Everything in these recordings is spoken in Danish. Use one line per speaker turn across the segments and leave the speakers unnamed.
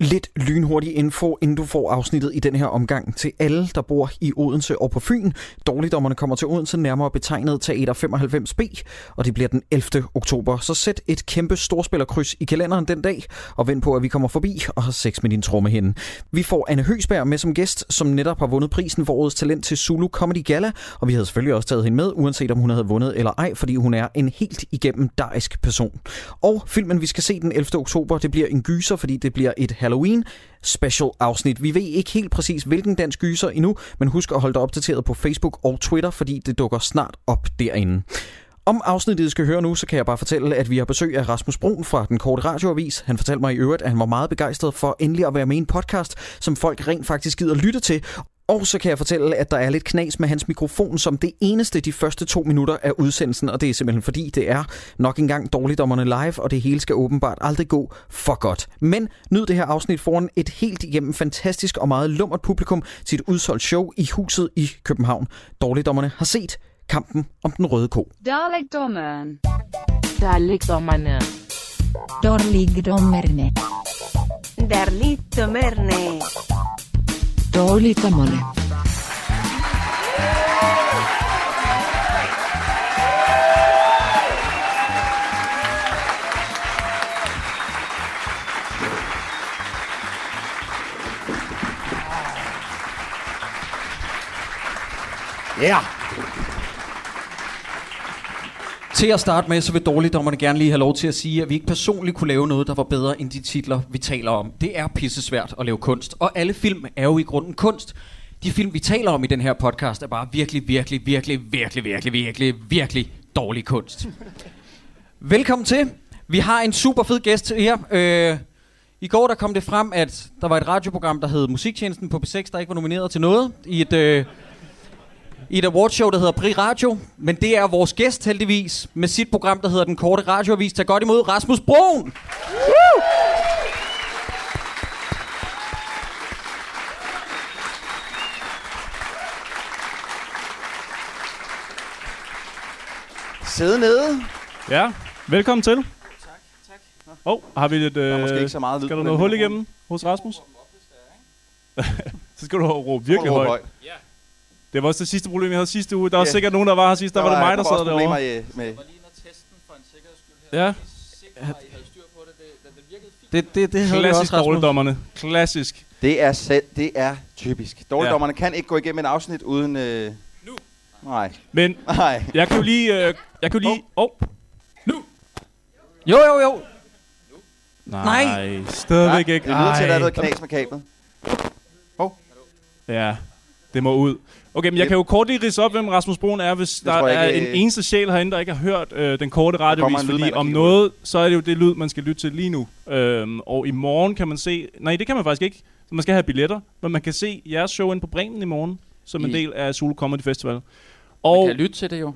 Lidt lynhurtig info, inden du får afsnittet i den her omgang til alle, der bor i Odense og på Fyn. Dårligdommerne kommer til Odense, nærmere betegnet Teater 95B, og det bliver den 11. oktober. Så sæt et kæmpe storspillerkryds i kalenderen den dag, og vent på, at vi kommer forbi og har sex med din trommehinde. Vi får Anne Høsberg med som gæst, som netop har vundet prisen for årets talent til Zulu Comedy Gala, og vi havde selvfølgelig også taget hende med, uanset om hun havde vundet eller ej, fordi hun er en helt igennem dejsk person. Og filmen, vi skal se den 11. oktober, det bliver en gyser, fordi det bliver et Halloween special afsnit. Vi ved ikke helt præcis, hvilken dansk gyser endnu, men husk at holde dig opdateret på Facebook og Twitter, fordi det dukker snart op derinde. Om afsnittet, I skal høre nu, så kan jeg bare fortælle, at vi har besøg af Rasmus Brun fra Den Korte Radioavis. Han fortalte mig i øvrigt, at han var meget begejstret for endelig at være med i en podcast, som folk rent faktisk gider lytte til. Og så kan jeg fortælle, at der er lidt knas med hans mikrofon som det eneste de første to minutter af udsendelsen, og det er simpelthen fordi, det er nok engang dårligdommerne live, og det hele skal åbenbart aldrig gå for godt. Men nyd det her afsnit foran et helt igennem fantastisk og meget lummert publikum til et udsolgt show i huset i København. Dårligdommerne har set kampen om den røde ko.
Dalekdommeren.
Der ligger man
Dårligdommerne.
Der Merne.
dårligt dommerne.
Ja.
Til at starte med, så vil dårligdommerne gerne lige have lov til at sige, at vi ikke personligt kunne lave noget, der var bedre end de titler, vi taler om. Det er pissesvært at lave kunst, og alle film er jo i grunden kunst. De film, vi taler om i den her podcast, er bare virkelig, virkelig, virkelig, virkelig, virkelig, virkelig, virkelig dårlig kunst. Velkommen til. Vi har en super fed gæst til jer. Øh, I går der kom det frem, at der var et radioprogram, der hed Musiktjenesten på P6, der ikke var nomineret til noget i et... Øh, i et awardshow, der hedder Prix Radio. Men det er vores gæst heldigvis med sit program, der hedder Den Korte Radioavis. Tag godt imod Rasmus Broen!
Sidde nede.
Ja, velkommen til. Tak, tak. Åh, oh, har vi lidt... Øh,
Der er måske ikke så meget lyd
Skal
på
der
den
noget hul
mikrofon.
igennem hos Rasmus? så skal du råbe virkelig
Råbe
højt. Det var også det sidste problem, jeg havde sidste uge. Der var
Ja.
sikkert nogen, der var her sidst. Der, var det mig, der sad
Der var
derovre.
også problemer i- med...
Ja,
Det, det, det havde vi
klassisk
også, Rasmus.
dårligdommerne. Klassisk.
Det er, selv, det er typisk. Dårligdommerne kan ikke gå igennem et afsnit uden... Øh... Nu. Nej.
Men
Nej.
jeg kan jo lige... Øh, jeg kan jo lige... Åh. Oh.
Jo, jo, jo.
Nej. Nej. Stadigvæk ikke.
Det lyder til, at der er
Ej.
noget knas med kablet.
Ja, det må ud. Okay, men jeg
Det-
kan jo kort lige ridse op, hvem Rasmus Broen er, hvis der
tror jeg
er
ikke,
en
øh,
eneste sjæl herinde, der ikke har hørt øh, den korte radiovis,
en
fordi
lydmand og
om
kigger
noget, så er det jo det lyd, man skal lytte til lige nu. Øhm, og i morgen kan man se... Nej, det kan man faktisk ikke. Så man skal have billetter, men man kan se jeres show ind på Bremen i morgen, som en
I-
del af Solo Comedy Festival.
Man
Og...
kan lytte til det jo.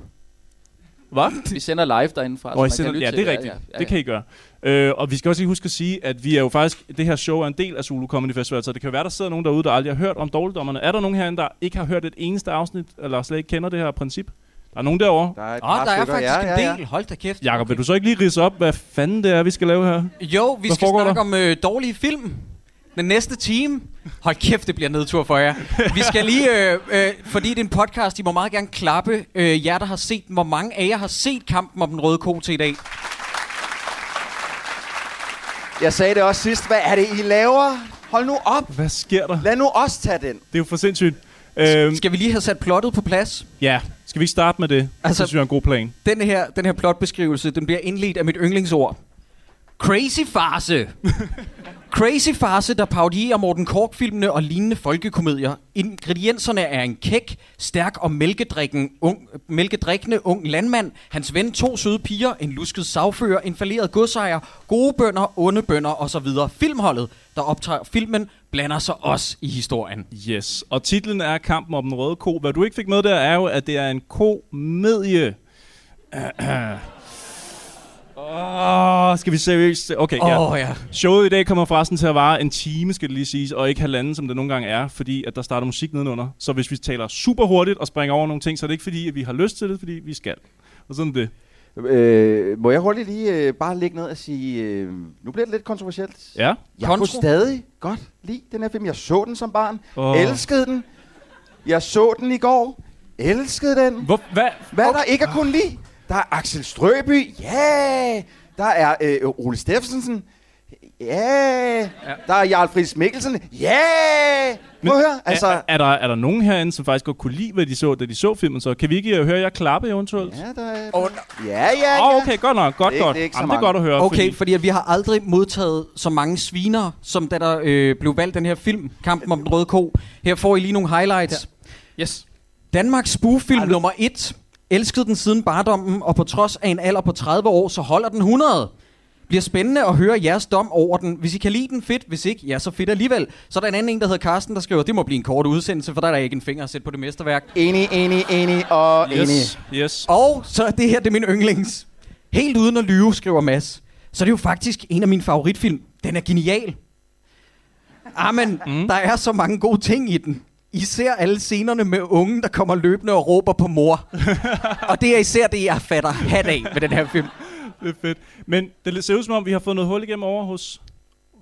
Hvad?
Vi sender live derindefra. så
Og
man
altså,
kan lytte
ja,
til
det er rigtigt.
Ja, ja, ja.
Det kan I gøre. Øh, og vi skal også lige huske at sige, at vi er jo faktisk... Det her show er en del af Zulu Comedy Festival, så det kan jo være, der sidder nogen derude, der aldrig har hørt om dårligdommerne. Er der nogen herinde, der ikke har hørt et eneste afsnit, eller slet ikke kender det her princip? Der er nogen derovre.
Der er et
Åh,
par
der er
stykker.
faktisk
ja, ja,
en
ja.
del. Hold da kæft.
Jakob, vil du så ikke lige ridse op, hvad fanden det er, vi skal lave her?
Jo, vi
Hvad
skal
foregår
snakke
der?
om øh, dårlige film. Den næste time. Hold kæft, det bliver nedtur for jer. Vi skal lige, øh, øh, fordi det er en podcast, I må meget gerne klappe øh, jer, der har set den. Hvor mange af jer har set kampen om den røde ko til i dag?
Jeg sagde det også sidst. Hvad er det, I laver? Hold nu op.
Hvad sker der?
Lad nu os tage den.
Det er jo for sindssygt. Øhm,
Skal vi lige have sat plottet på plads?
ja, skal vi ikke starte med det? Altså,
Altså-
det synes jeg er en god plan.
den her, den her plotbeskrivelse, den bliver indledt af mit yndlingsord. Crazy farse. Crazy farse, der parodierer Morten Kork-filmene og lignende folkekomedier. Ingredienserne er en kæk, stærk og mælkedrikken ung, mælkedrikkende ung landmand, hans ven, to søde piger, en lusket sagfører, en falderet godsejer, gode bønder, onde bønder osv. Filmholdet, der optager filmen, blander sig også i historien.
Yes, og titlen er Kampen om den røde ko. Hvad du ikke fik med der, er jo, at det er en komedie. Åh, skal vi seriøst? Okay,
Åh
ja.
oh, ja.
Showet i dag kommer forresten til at vare en time, skal det lige siges, og ikke halvanden, som det nogle gange er, fordi at der starter musik nedenunder. Så hvis vi taler super hurtigt og springer over nogle ting, så er det ikke fordi, at vi har lyst til det, fordi vi skal. Og sådan er det.
Øh, må jeg hurtigt lige øh, bare lægge ned og sige... Øh, nu bliver det lidt kontroversielt.
Ja.
Jeg kunne
Kontro?
stadig godt lide den her film. Jeg så den som barn.
Åh.
Oh. Elskede den. Jeg så den i går. Elskede den.
Hvor, hvad?
Hvad okay. der ikke er kun lide? Der er Axel Strøby. Ja. Yeah. Der er øh, Ole Steffensen. Ja. Yeah.
Ja.
Der er Jarl Friis Mikkelsen. Ja. Yeah. Må høre? Altså,
er, er, der, er der nogen herinde, som faktisk godt kunne lide, hvad de så, da de så filmen? Så kan vi ikke øh, høre jer klappe eventuelt?
ja, der er...
Og-
Ja, ja,
Åh,
ja.
Ah, okay, godt nok. Godt,
Det er ikke-
godt.
det er ikke så
Jamen, det er
mange.
godt at høre.
Okay, fordi at vi har aldrig modtaget så mange sviner, som da der øh, blev valgt den her film, Kampen om den røde ko. Her får I lige nogle highlights.
Yes.
Danmarks spoof-film nummer 1. Elskede den siden barndommen, og på trods af en alder på 30 år, så holder den 100. Bliver spændende at høre jeres dom over den. Hvis I kan lide den, fedt. Hvis ikke, ja, så fedt alligevel. Så er der en anden en, der hedder Carsten, der skriver, det må blive en kort udsendelse, for der er der ikke en finger at sætte på det mesterværk.
Enig, enig, enig og yes. enig.
Yes, yes.
Og så er det her, det er min yndlings. Helt uden at lyve, skriver Mads. Så er det jo faktisk en af mine favoritfilm. Den er genial. Amen, mm. der er så mange gode ting i den. Især alle scenerne med unge, der kommer løbende og råber på mor. og det er især det, jeg fatter hat af med den her film.
Det er fedt. Men det ser ud som om, vi har fået noget hul igennem over hos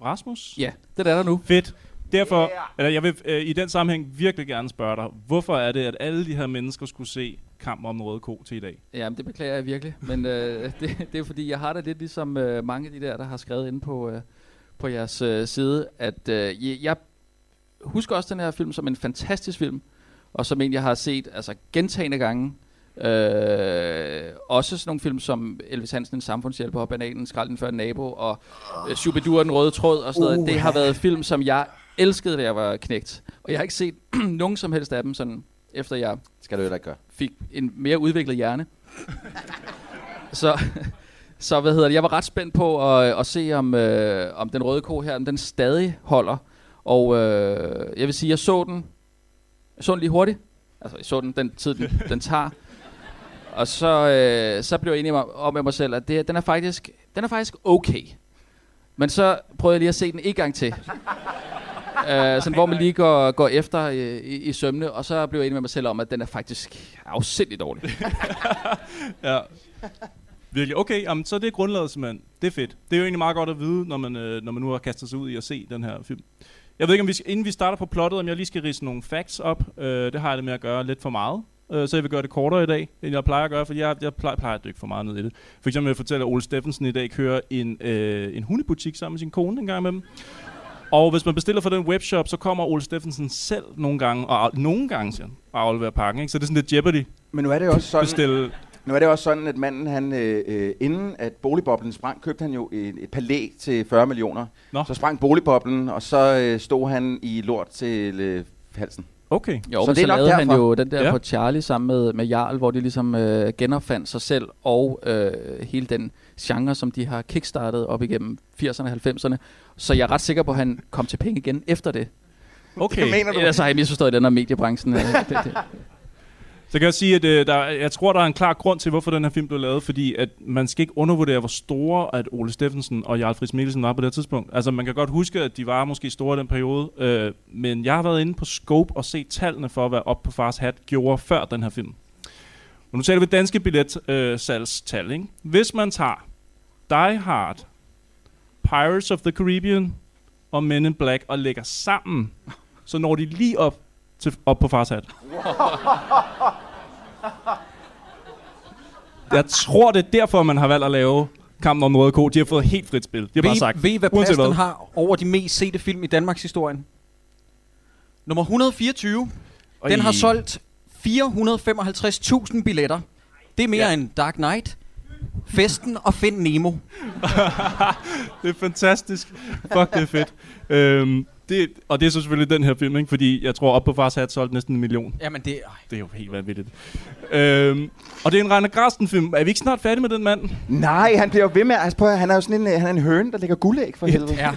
Rasmus.
Ja, det er der nu.
Fedt. Derfor, yeah. eller jeg vil øh, i den sammenhæng virkelig gerne spørge dig, hvorfor er det, at alle de her mennesker skulle se kamp om den røde ko til i dag?
Jamen, det beklager jeg virkelig. Men øh, det, det er fordi, jeg har det lidt ligesom øh, mange af de der, der har skrevet inde på, øh, på jeres øh, side, at øh, jeg, jeg husker også den her film som en fantastisk film, og som en, jeg har set altså, gentagende gange. Øh, også sådan nogle film som Elvis Hansen, en samfundshjælper, og Bananen, Skrald den før nabo, og øh, Superdur, den røde tråd, og sådan noget. Det har været film, som jeg elskede, da jeg var knægt. Og jeg har ikke set nogen som helst af dem, sådan, efter jeg
Skal du jo da ikke gøre.
fik en mere udviklet hjerne. så, så hvad hedder det? Jeg var ret spændt på at, at se, om, øh, om den røde ko her, om den stadig holder. Og øh, jeg vil sige, jeg så den, jeg så den lige hurtigt. Altså, jeg så den den tid, den, den tager. Og så, øh, så blev jeg enig om- om med mig selv, at det, den, er faktisk, den er faktisk okay. Men så prøvede jeg lige at se den en gang til. Øh, sådan, hvor man lige går, går efter øh, i, i sømne, og så blev jeg enig med mig selv om, at den er faktisk afsindig dårlig.
Ja. Virkelig. Okay, jamen, så er det er grundlaget simpelthen. Det er fedt. Det er jo egentlig meget godt at vide, når man, øh, når man nu har kastet sig ud i at se den her film. Jeg ved ikke, om vi skal, inden vi starter på plottet, om jeg lige skal rise nogle facts op. Øh, det har jeg det med at gøre lidt for meget. Øh, så jeg vil gøre det kortere i dag, end jeg plejer at gøre, for jeg, jeg plejer, plejer at dykke for meget ned i det. For eksempel vil jeg fortælle, at Ole Steffensen i dag kører en, øh, en hundebutik sammen med sin kone en gang imellem. Og hvis man bestiller fra den webshop, så kommer Ole Steffensen selv nogle gange, og af- nogle gange siger han, og afleverer pakken. Ikke? Så det er sådan lidt Jeopardy.
Men nu er det jo også sådan,
Bestille.
nu er det jo også sådan at manden, han, øh, øh, inden at boligboblen sprang, købte han jo et, et palæ til 40 millioner.
Nå.
Så sprang boligboblen, og så øh, stod han i lort til øh, halsen.
Okay.
Jo,
Så
så men
det er
så
nok
lavede han
derfor.
jo den der
Ja.
ja. på Charlie sammen med, med Jarl, hvor de ligesom øh, genopfandt sig selv og øh, hele den genre, som de har kickstartet op igennem 80'erne og 90'erne. Så jeg er ret sikker på, at han kom til penge igen efter det.
Okay.
Det mener du?
Ellers har jeg misforstået den her mediebranchen. øh, det, det.
Så kan jeg sige, at øh, der, jeg tror, der er en klar grund til, hvorfor den her film blev lavet, fordi at man skal ikke undervurdere, hvor store at Ole Steffensen og Jarl Friis Mikkelsen var på det tidspunkt. Altså, man kan godt huske, at de var måske store i den periode, øh, men jeg har været inde på Scope og set tallene for, hvad Op på Fars Hat gjorde før den her film. Og nu taler vi danske billetsalgstal, øh, ikke? Hvis man tager Die Hard, Pirates of the Caribbean og Men in Black og lægger sammen, så når de lige op, til, op på Fars Hat. Jeg tror, det er derfor, man har valgt at lave kampen om Røde Ko. De har fået helt frit spil. Det er bare sagt.
Ved, ved I, hvad
Uanset
Paston har over de mest sete film i Danmarks historien? Nummer 124. Den
Ej.
har solgt 455.000 billetter. Det er mere ja. end Dark Knight, Festen og Find Nemo.
Det er fantastisk. Fuck, det er fedt. øhm, det, og det er så selvfølgelig den her film, ikke? fordi jeg tror, op på fars hat solgt næsten en million.
Jamen det
Det er jo helt vanvittigt. Øhm, og det er en Rainer Grasten-film. Er vi ikke snart færdige med den mand?
Nej, han bliver jo ved med. Altså, prøv, at høre, han er jo sådan en, øh, han er en høne, der lægger guldæg for helvede.
er...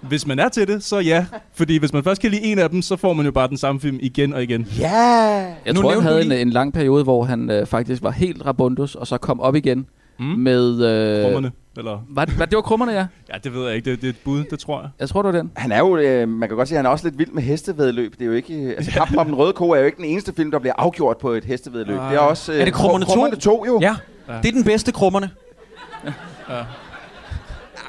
Hvis man er til det, så ja. Fordi hvis man først kan lide en af dem, så får man jo bare den samme film igen og igen.
Ja.
Jeg tror,
Nu
han
nævnte du
havde en,
lige-
en lang periode, hvor han øh, faktisk var helt rabundus, og så kom op igen mm. med... Øh,
Rummerne. Eller,
Var, det- var, det var krummerne, ja.
ja, det ved jeg ikke. Det, det er et bud, det tror jeg.
Jeg tror, det var den.
Han er jo, øh, man kan godt sige, at han er også lidt vild med hestevedløb. Det er jo ikke, øh, altså Kampen om den røde ko er jo ikke den eneste film, der bliver afgjort på et hestevedløb. Det er også øh,
Er det Krummerne
Kru- Krummerne 2? jo.
Ja, det er den bedste krummerne.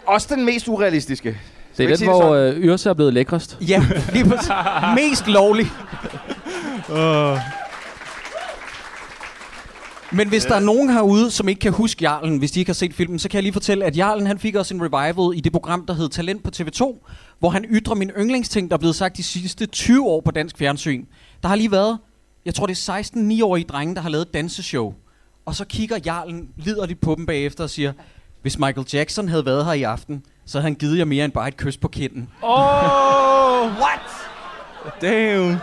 Også den mest urealistiske.
Det er
ikke sige
den,
det
hvor øh, Yrsa er blevet lækrest.
Ja, lige præcis. Mest lovlig. Men hvis der er nogen herude, som ikke kan huske Jarlen, hvis de ikke har set filmen, så kan jeg lige fortælle, at Jarlen han fik også en revival i det program, der hed Talent på TV2, hvor han ytrer min yndlingsting, der er blevet sagt de sidste 20 år på dansk fjernsyn. Der har lige været, jeg tror det er 16-9-årige drenge, der har lavet et danseshow. Og så kigger Jarlen liderligt på dem bagefter og siger, hvis Michael Jackson havde været her i aften, så havde han givet jer mere end bare et kys på kinden.
Oh, what? Damn.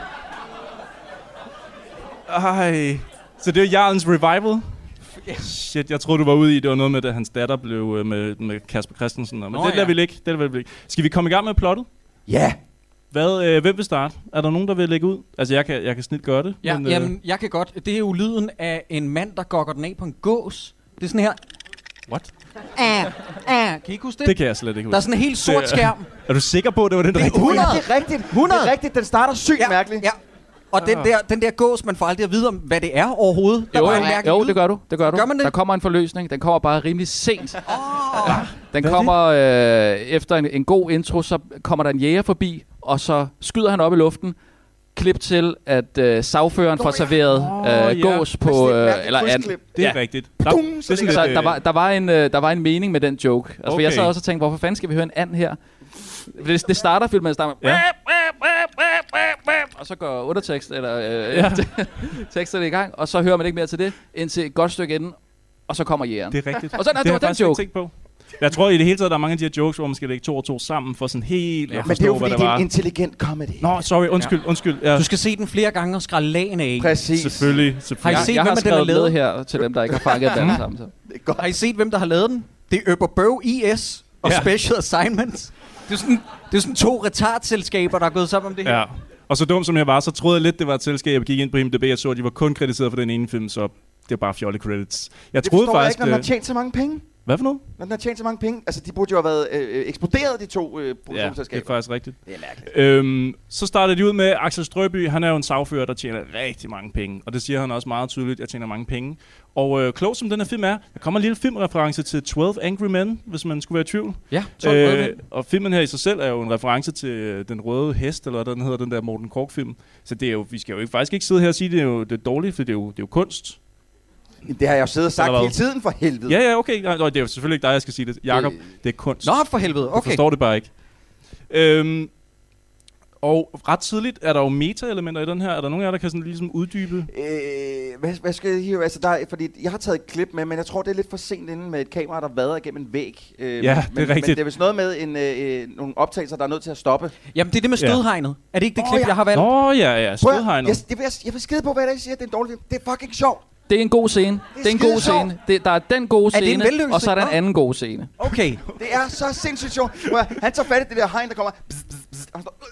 Ej. Så det er Jarlens revival? Shit, jeg troede, du var ude i, det var noget med, at hans datter blev øh, med, med Kasper Christensen. og- Men
Nå,
det lader
ja.
vi ligge. Det lader vi ligge. Skal vi komme i gang med plottet?
Ja.
Hvad, øh, hvem vil starte? Er der nogen, der vil lægge ud? Altså, jeg kan, jeg kan snit gøre det.
Ja,
men, øh,
men, jamen, jeg kan godt. Det er jo lyden af en mand, der gokker den af på en gås. Det er sådan her.
What?
Ah, ah. Kan I ikke huske det?
Det kan jeg slet ikke
Der er
huske.
sådan en helt sort
Det er-
skærm.
Er du sikker på, at det var den
Det er
rigtige?
100.
Ja, det er rigtigt.
100.
Det er rigtigt. Den starter sygt ja. mærkeligt.
Ja. Og den
Ah.
der, den der gås, man får aldrig at vide om, hvad det er overhovedet. Der
Jo,
var
jo,
en mærkelig
jo,
lyd.
det gør du. Det gør du.
Gør man det?
Der kommer en forløsning. Den kommer bare rimelig sent. Oh. Den kommer øh, efter en, en god intro, så kommer der en jæger forbi, og så skyder han op i luften. Klip til, at øh, sagføreren får serveret øh,
ja.
gås
Det er
på...
sådan et
Øh,
mærkeligt
eller an,
krydsklip.
Det er
Ja.
rigtigt. Der, det er sådan
så
lidt,
der
øh,
var, der, var en, øh, der var en mening med den joke. Altså, okay.
Okay.
jeg sad også og tænkte, hvorfor fanden skal vi høre en and her? For Det, det starter filmen, der med,
Ja.
og så går undertekst, eller øh, ja.
Ja.
teksterne i gang, og så hører man ikke mere til det, indtil et godt stykke inden, og så kommer jægeren.
Det er rigtigt.
Og så- nej, det
har
var
jeg
den
faktisk ikke
joke.
tænkt på. Jeg tror i det hele taget, der er mange af de her jokes, hvor man skal lægge to og to sammen for sådan helt ja, at
Men det er
forstå,
jo
hvad
fordi,
der
det er
var.
en intelligent comedy.
Nå, sorry. Undskyld, undskyld. Ja,
Du skal se den flere gange og skrælle lagene af.
Præcis.
selvfølgelig,
Har I
selvfølgelig.
Jeg,
set,
jeg
hvem
har
af dem, der
skrevet
lavede?
med her til dem, der ikke har fanget den sammen. Så.
Det er godt.
Har I set, hvem der har lavet den? Det er Øber Bøv IS og
Ja.
Special Assignments. Det er sådan, det er sådan to retardselskaber, der er gået sammen om det her.
Ja. Og så dum som jeg var, så troede jeg lidt, det var et selskab. Jeg gik ind på IMDb og så, at de var kun kritiseret for den ene film, så det var bare fjolle credits. Jeg
Det
troede
forstår jeg
faktisk...
ikke, når den har
øh,
tjent så mange penge.
hvad for noget?
Når den har tjent så mange penge. Altså, de burde jo have været øh, øh, eksploderet, de to øh,
Ja, det er
produktionsselskaber.
faktisk rigtigt.
det er mærkeligt.
Øhm, så starter de ud med, Axel Strøby, han er jo en sagfører, der tjener rigtig mange penge. Og det siger han også meget tydeligt, jeg tjener mange penge. Og øh, klog som den her film er, der kommer en lille filmreference til 12 Angry Men, hvis man skulle være i tvivl.
Ja,
Øh, og filmen her i sig selv er jo en reference til øh, Den Røde Hest, eller hvad den hedder, den der Morten Kork-film. Så det er jo, vi skal jo ikke, faktisk ikke sidde her og sige, det er jo det er dårligt, for det er jo, det er jo kunst.
Jamen, det har jeg jo siddet og sagt
Eller hvad?
hele tiden, for helvede.
Ja, ja, okay. Nej, nej, det er jo selvfølgelig ikke dig, jeg skal sige det. Jakob, det, det er kunst.
Nå, for helvede.
Du
Okay.
forstår det bare ikke. Øhm, og ret tidligt er der jo meta-elementer i den her. Er der nogen af jer, der kan sådan ligesom uddybe?
Øh, hvad, hvad skal jeg hive? Altså, der, er- fordi jeg har taget et klip med, men jeg tror, det er lidt for sent inden med et kamera, der vader igennem en væg. Øh,
Ja,
men,
det er
men, Men
rigtigt.
det er vist noget med en, øh, øh, nogle optagelser, der er nødt til at stoppe.
Jamen, det er det med
Ja.
stødhegnet. Er det ikke det
Åh,
klip,
ja.
jeg har valgt?
Nå, ja, ja.
Prøv, at-
Stødhegnet.
jeg, jeg, jeg, jeg vil skide på, hvad der siger, at det er en dårlig film. Det er fucking sjovt.
Det er en god scene. Det er en god
skidesjovt.
scene. Det, der er den gode
Er det en
scene,
vellykket
og så er der en
scene?
anden god scene.
Okay.
Det er så sindssygt sjovt. Prøv at- Han tager fat i det der hegn, der kommer. Bzz, bzz, bzz, og han står, øh,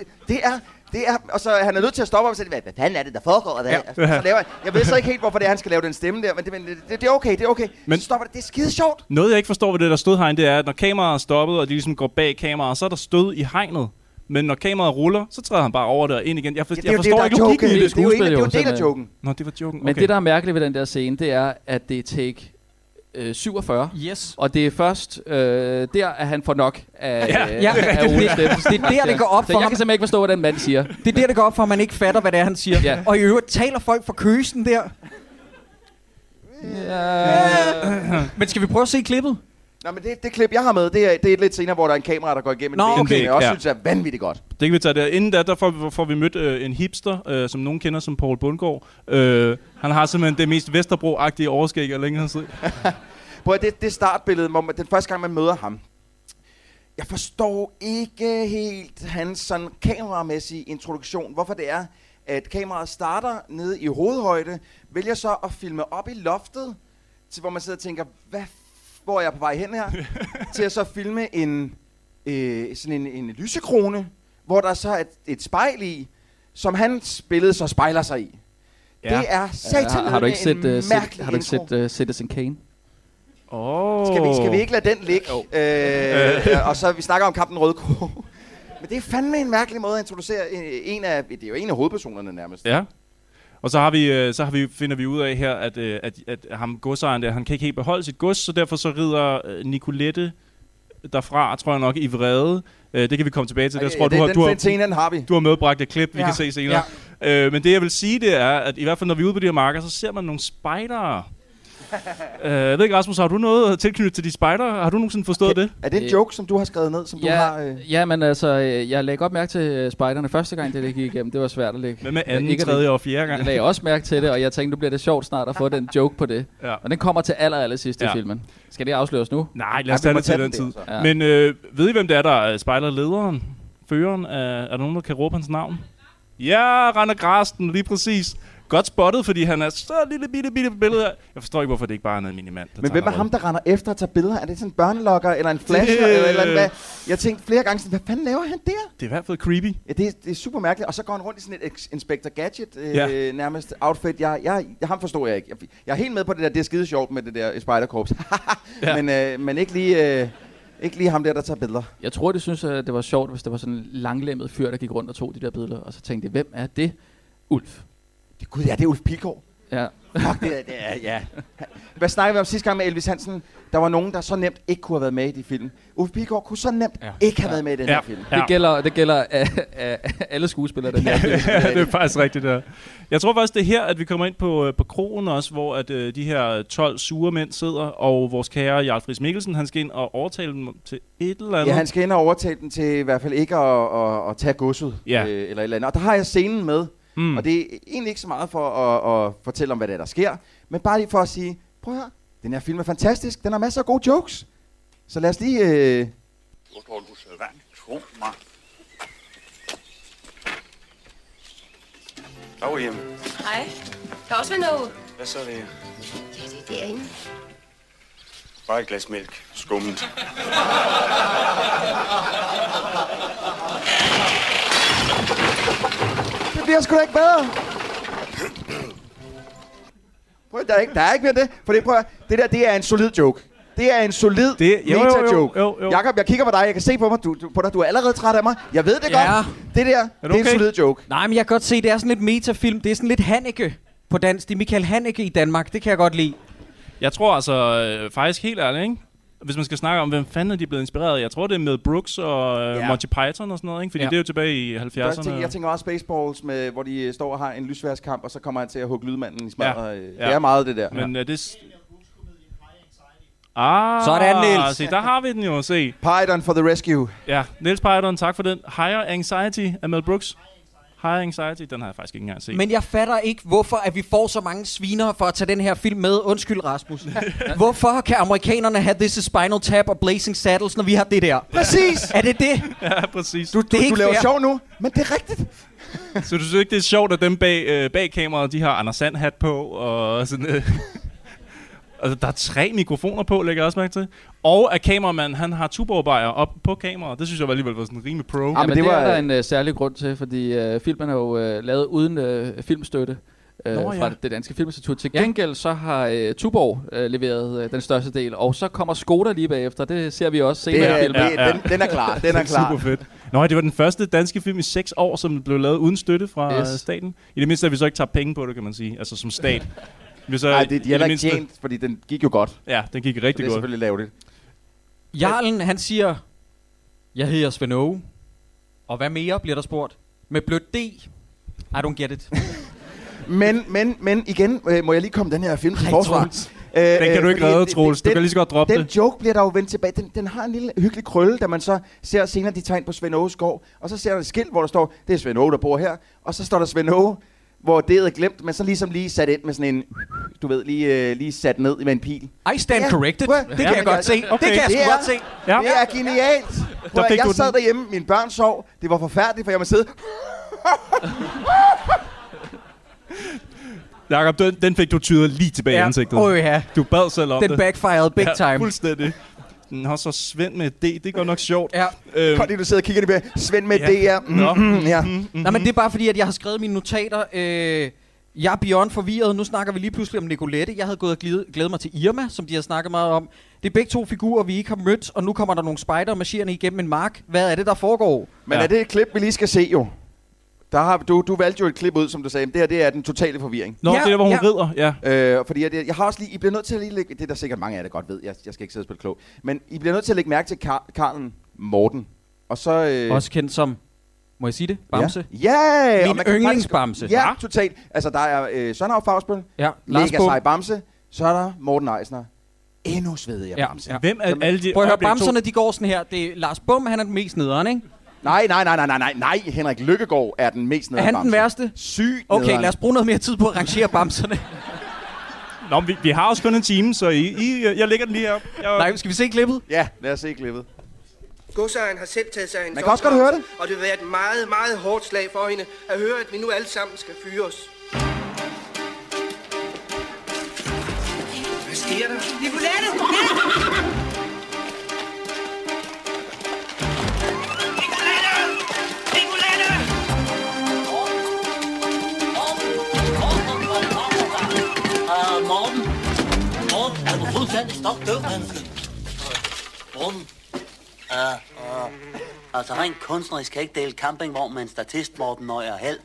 øh, øh, øh. Det er, det er, og så han er nødt til at stoppe op og sige, hvad, hvad fanden er det, der foregår? Der? Ja. Så laver han, jeg ved så ikke helt, hvorfor det er, han skal lave den stemme der, men det, men det, det er okay, det er okay. Men,
Men-
så stopper det, det er skide sjovt.
Noget, jeg ikke forstår ved det der stødhegn, det er, at når kameraet er stoppet, og de ligesom går bag kameraet, så er der stød i hegnet. Men når kameraet ruller, så træder han bare over det og ind igen. Jeg, for, jeg forstår ikke logikken i
det.
det.
er jo en- Det er jo en
skuespil,
del af
jo,
joken.
Nå, det var joken. Okay.
Men det, der er mærkeligt ved den der scene, det er, at det er take øh, 47.
Yes.
Og det er først øh, der, at han får nok af, ja,
ja, det er
af
rigtigt.
Ole
Det-
Steffensen.
det er der, det går op
så
for
jeg
ham.
kan simpelthen ikke forstå, hvad den mand siger.
Det er der, det går op for, at man ikke fatter, hvad det er, han siger.
Ja.
Og i øvrigt taler folk fra køsen der. Men skal vi prøve at se klippet?
Nå, men det, det klip, jeg har med, det er, det er lidt senere, hvor der er en kamera, der går igennem
Nå,
en væg,
okay.
som jeg også
Ja.
synes er vanvittigt godt.
Det kan vi tage der. Inden da, der får, vi- får vi mødt øh, en hipster, øh, som nogen kender som Paul Bundgaard. Øh, han har simpelthen det mest Vesterbro-agtige overskæg, jeg længere har set.
Prøv at det, det startbillede, hvor man, den første gang, man møder ham. Jeg forstår ikke helt hans sådan kameramæssige introduktion. Hvorfor det er, at kameraet starter nede i hovedhøjde, vælger så at filme op i loftet, til hvor man sidder og tænker, hvad, f- hvor er jeg på vej hen her? til at så filme en, øh, sådan en, en lysekrone, hvor der så er et, et spejl i, som hans billede så spejler sig i. Ja. Det er satan
har, har du ikke set,
en
øh, set,
mærkelig
har du ikke
intro.
set uh, Citizen Kane?
Oh.
Skal vi, skal vi ikke lade den ligge? Øh, øh, og så vi snakker om kampen Røde Kro. Men det er fandme en mærkelig måde at introducere en, en af, det er jo en af hovedpersonerne nærmest.
Ja. Og så, har vi, øh, så har vi, finder vi ud af her, at, øh, at, at ham godsejeren der, han kan ikke helt beholde sit gods, så derfor så rider øh, Nicolette derfra, tror jeg nok, i vrede. Øh, det kan vi komme tilbage til. Jeg tror,
det,
du har,
den,
du har,
den scene, den har vi.
du har medbragt et klip, vi
Ja.
kan se senere. Ja. Øh, men det, jeg vil sige, det er, at i hvert fald, når vi er ude på de her marker, så ser man nogle spejdere. øh, jeg ved ikke, Rasmus, har du noget tilknyttet til de spejdere? Har du nogensinde forstået det?
Er det en
Øh,
joke, som du har skrevet ned, som du
Ja,
har... Øh,
ja, men altså, øh, jeg lagde godt mærke til øh, spejderne første gang, det det gik igennem. Det var svært at lægge.
Hvad med
Ikke
anden,
at
tredje og fjerde
Jeg
gang?
lagde også mærke til det, og jeg tænkte, nu bliver det sjovt snart at få den joke på det.
Ja.
Og den kommer til aller, aller sidst
Ja.
i filmen. Skal det afsløres nu?
Nej, lad os
Ej, vi
tage
må
det til
tage den
den tid.
der, altså.
så. Ja.
Men øh, ved I, hvem det er, der er spejderlederen? Føreren? Er, er der nogen, der kan råbe hans navn? Ja, Rander Grasten, lige præcis. Godt spottet, fordi han er så lille bitte, bitte billede. Jeg forstår ikke, hvorfor det ikke bare er en minimand.
men hvem er ham, der render efter og tager billeder? Er det sådan en børnelokker, eller en flasher,
Det-
eller, et eller andet, hvad? Jeg tænkte flere gange sådan, hvad fanden laver han der?
Det er i hvert fald creepy.
Ja, det, er, det er super mærkeligt. Og så går han rundt i sådan et ex- Inspector Gadget øh,
Ja.
ja. nærmest outfit. Jeg, jeg, jeg, ham forstår jeg ikke. Jeg, jeg er helt med på det der, det er skide sjovt med det der Spider-Corps.
Ja.
ja. Men, øh, men ikke lige... Øh, ikke lige ham der, der tager billeder.
Jeg tror, de synes, at det var sjovt, hvis det var sådan en langlemmet fyr, der gik rundt og tog de der billeder. Og så tænkte jeg, hvem er det? Ulf.
Det, gud, ja, det er Ulf Pilgaard.
Ja.
Fuck, det er, det er, ja. Hvad snakkede vi om sidste gang med Elvis Hansen? Der var nogen, der så nemt ikke kunne have været med i de film. Ulf Pilgaard kunne så nemt
Ja.
ja. ikke have været med i den
Ja,
her film.
ja.
Det gælder, det gælder øh, øh, alle skuespillere, den her film.
ja, det er faktisk rigtigt, der. Jeg tror faktisk, det er her, at vi kommer ind på, øh, på krogen også, hvor at, øh, de her 12 sure mænd sidder, og vores kære Jarl Friis Mikkelsen, han skal ind og overtale dem til et eller andet.
Ja, han skal ind og overtale den til i hvert fald ikke at, at, at tage godset.
Ja.
Øh, eller et eller andet. Og der har jeg scenen med.
Mm.
Mm. Og det er egentlig ikke så meget for at, at fortælle om, hvad det er, der sker. Men bare lige for at sige, prøv her, den her film er fantastisk. Den har masser af gode jokes. Så lad os lige... Øh,
Nu står du så vand, tro mig.
Dag, Emil.
Hej. Kan også være noget?
Hvad så det her?
Ja, det er derinde.
Bare et glas mælk. Skummet.
det bliver sgu da ikke bedre. Prøv, at- der er ikke, der er ikke mere det. For det, prøv, at- det der, det er en solid joke. Det er en solid
Det- jo, jo, jo,
meta-joke.
jo, jo.
Jakob, jeg kigger på dig. Jeg kan se på, mig, du, du, på dig. Du er allerede træt af mig. Jeg ved det
Ja.
godt. Det der, det er en
okay?
solid joke.
Nej, men jeg kan godt se, det er sådan lidt metafilm. Det er sådan lidt Hanneke på dansk. Det er Michael Hanneke i Danmark. Det kan jeg godt lide.
Jeg tror altså, øh, faktisk helt ærligt, ikke? hvis man skal snakke om, hvem fanden er de blevet inspireret af? Jeg tror, det er med Brooks og øh,
Ja.
Monty Python og sådan noget, ikke? fordi
Ja.
det er jo tilbage i 70'erne.
Jeg tænker, jeg tænker også Spaceballs, med, hvor de øh, står og har en lysværskamp, og så kommer han til at hugge lydmanden i smadret.
Ja.
Ja. Det
Ja.
er meget det der.
Men er det... s- Ah,
Sådan, Niels.
Se, der har vi den jo, se.
Python for the rescue.
Ja, Niels Python, tak for den. Higher Anxiety af Mel Brooks. Higher Anxiety, den har jeg faktisk ikke engang set.
Men jeg fatter ikke, hvorfor at vi får så mange sviner for at tage den her film med. Undskyld, Rasmus. hvorfor kan amerikanerne have This is Spinal Tap og Blazing Saddles, når vi har det der?
Præcis!
Er det det?
ja, præcis.
Du, det er
Du
ikke
laver
fair.
sjov nu, men det er rigtigt.
Så du synes ikke, det er sjovt, at dem bag, øh, bag kameraet, de har Anders Sand hat på, og sådan... Øh. Altså, der er tre mikrofoner på, lægger jeg også mærke til. Og at kameramanden, han har tuborgbejer op på kameraet. Det synes jeg var alligevel var sådan rimelig pro.
Ja, men det,
det
det var...
var-
er der en øh, særlig grund til, fordi øh, filmen er jo øh, lavet uden øh, filmstøtte. Øh,
Nå,
Nå,
ja.
ja. fra det danske filminstitut. Til gengæld så har øh, Tuborg øh, leveret øh, den største del, og så kommer Skoda lige bagefter. Det ser vi også
Det
senere
er,
i filmen.
ja,
det, den, den er klar, den er klar.
Super fedt. Nå, ja, det var den første danske film i seks år, som blev lavet uden støtte fra yes.
Yes.
staten. I det mindste har vi så ikke tager penge på det, kan man sige. Altså som stat. Vi så,
Nej,
i
det, de har
det
ikke tjent, fordi den gik jo godt. Så
Ja, den gik
det
rigtig
er
godt.
selvfølgelig lavligt.
Jarlen, han siger, jeg hedder Svend Aage. Og hvad mere, bliver der spurgt. Med blødt D. I don't get it.
Men, men, men igen, øh, må jeg lige komme den her film til
Ej,
forsvar?
Troels.
Øh,
Den kan du
øh,
ikke
fordi
redde,
det-
Troels. Du
den-
kan lige så godt droppe
Den
det.
joke bliver der jo vendt tilbage. Den, den har en lille hyggelig krølle, da man så ser senere, de tager ind på Svend Åges gård, og så ser der et skilt, hvor der står, det er Svend Åge, der bor her, og så står der Svend Åge, hvor det er glemt, men så ligesom lige sat ind med sådan en, du ved, lige, øh, lige sat ned med en pil.
I stand
Ja,
corrected.
prøv at-
Det
Ja,
kan jeg
men
godt
jeg-
se. Det
okay.
kan jeg
Det
sgu
er-
godt se.
Ja.
Ja. Det er genialt! Prøv, at-
fik du
jeg sad
den.
derhjemme, mine børn sov, det var forfærdeligt, for jeg må sidde,
Jakob, den, den fik du tyret lige tilbage i ansigtet.
Åh ja.
Du bad selv om
Den
det.
backfired big
Ja,
time.
fuldstændig. Nå, så Svend med et D. Det går nok sjovt.
Ja.
Øhm,
kom lige, du sidder og kigger lige med, Svend med det her.
Nå.
Mm, ja.
Nej, men det er bare fordi, at jeg har skrevet mine notater. Øh, jeg er beyond forvirret. Nu snakker vi lige pludselig om Nicolette. Jeg havde gået og glide, glædet mig til Irma, som de har snakket meget om. Det er begge to figurer, vi ikke har mødt, og nu kommer der nogle spejder marcherende igennem en mark. Hvad er det, der foregår?
Men
Ja.
er det et klip, vi lige skal se jo? Der har, du, du valgte jo et klip ud, som du sagde. men Det her det er den totale forvirring.
Nå, ja, det er der, hvor hun ja. rider, ja.
Øh, fordi jeg, jeg har også lige, I bliver nødt til at lige lægge, det er der sikkert mange af jer, der godt ved, jeg, jeg skal ikke sidde og spille klog, men I bliver nødt til at lægge mærke til Kar- Karlen Morten. Og så... Øh,
Også kendt som, må jeg sige det? Bamse? Ja.
Ja, ja og man kan
Min
faktisk-
yndlingsbamse.
Ja, totalt. Altså, der er øh, Søren Aarhus Fagsbøl,
ja. Lars
Lars
Bo.
Sej Bamse, så er der Morten Eisner. Endnu svedig jeg
Ja,
Bamse.
ja.
Hvem er alle de
Prøv at høre,
øjeblik, to-
bamserne de går sådan her. Det er Lars Bum, han er den mest nederen, ikke?
Nej, nej, nej, nej, nej, nej, nej. Henrik Lykkegaard er den mest
Er
nederen
han den værste?
Syg
Okay, lad os bruge noget mere tid på at rangere bamserne.
Nå, men vi, vi har også kun en time, så I, I, jeg lægger den lige op. Jeg,
Nej, skal vi se klippet?
Ja, lad os se klippet.
Godsejeren har selv taget sig en
Man kan også godt høre det.
Og det vil være et meget, meget hårdt slag for hende at høre, at vi nu alle sammen skal fyres. Hvad sker der?
Nicolette!
Morten. Morten, er du fuldstændig stop død, menneske? Morten. Ja, altså rent kunstnerisk kan jeg ikke dele campingvogn med en statist, Morten, når jeg er held.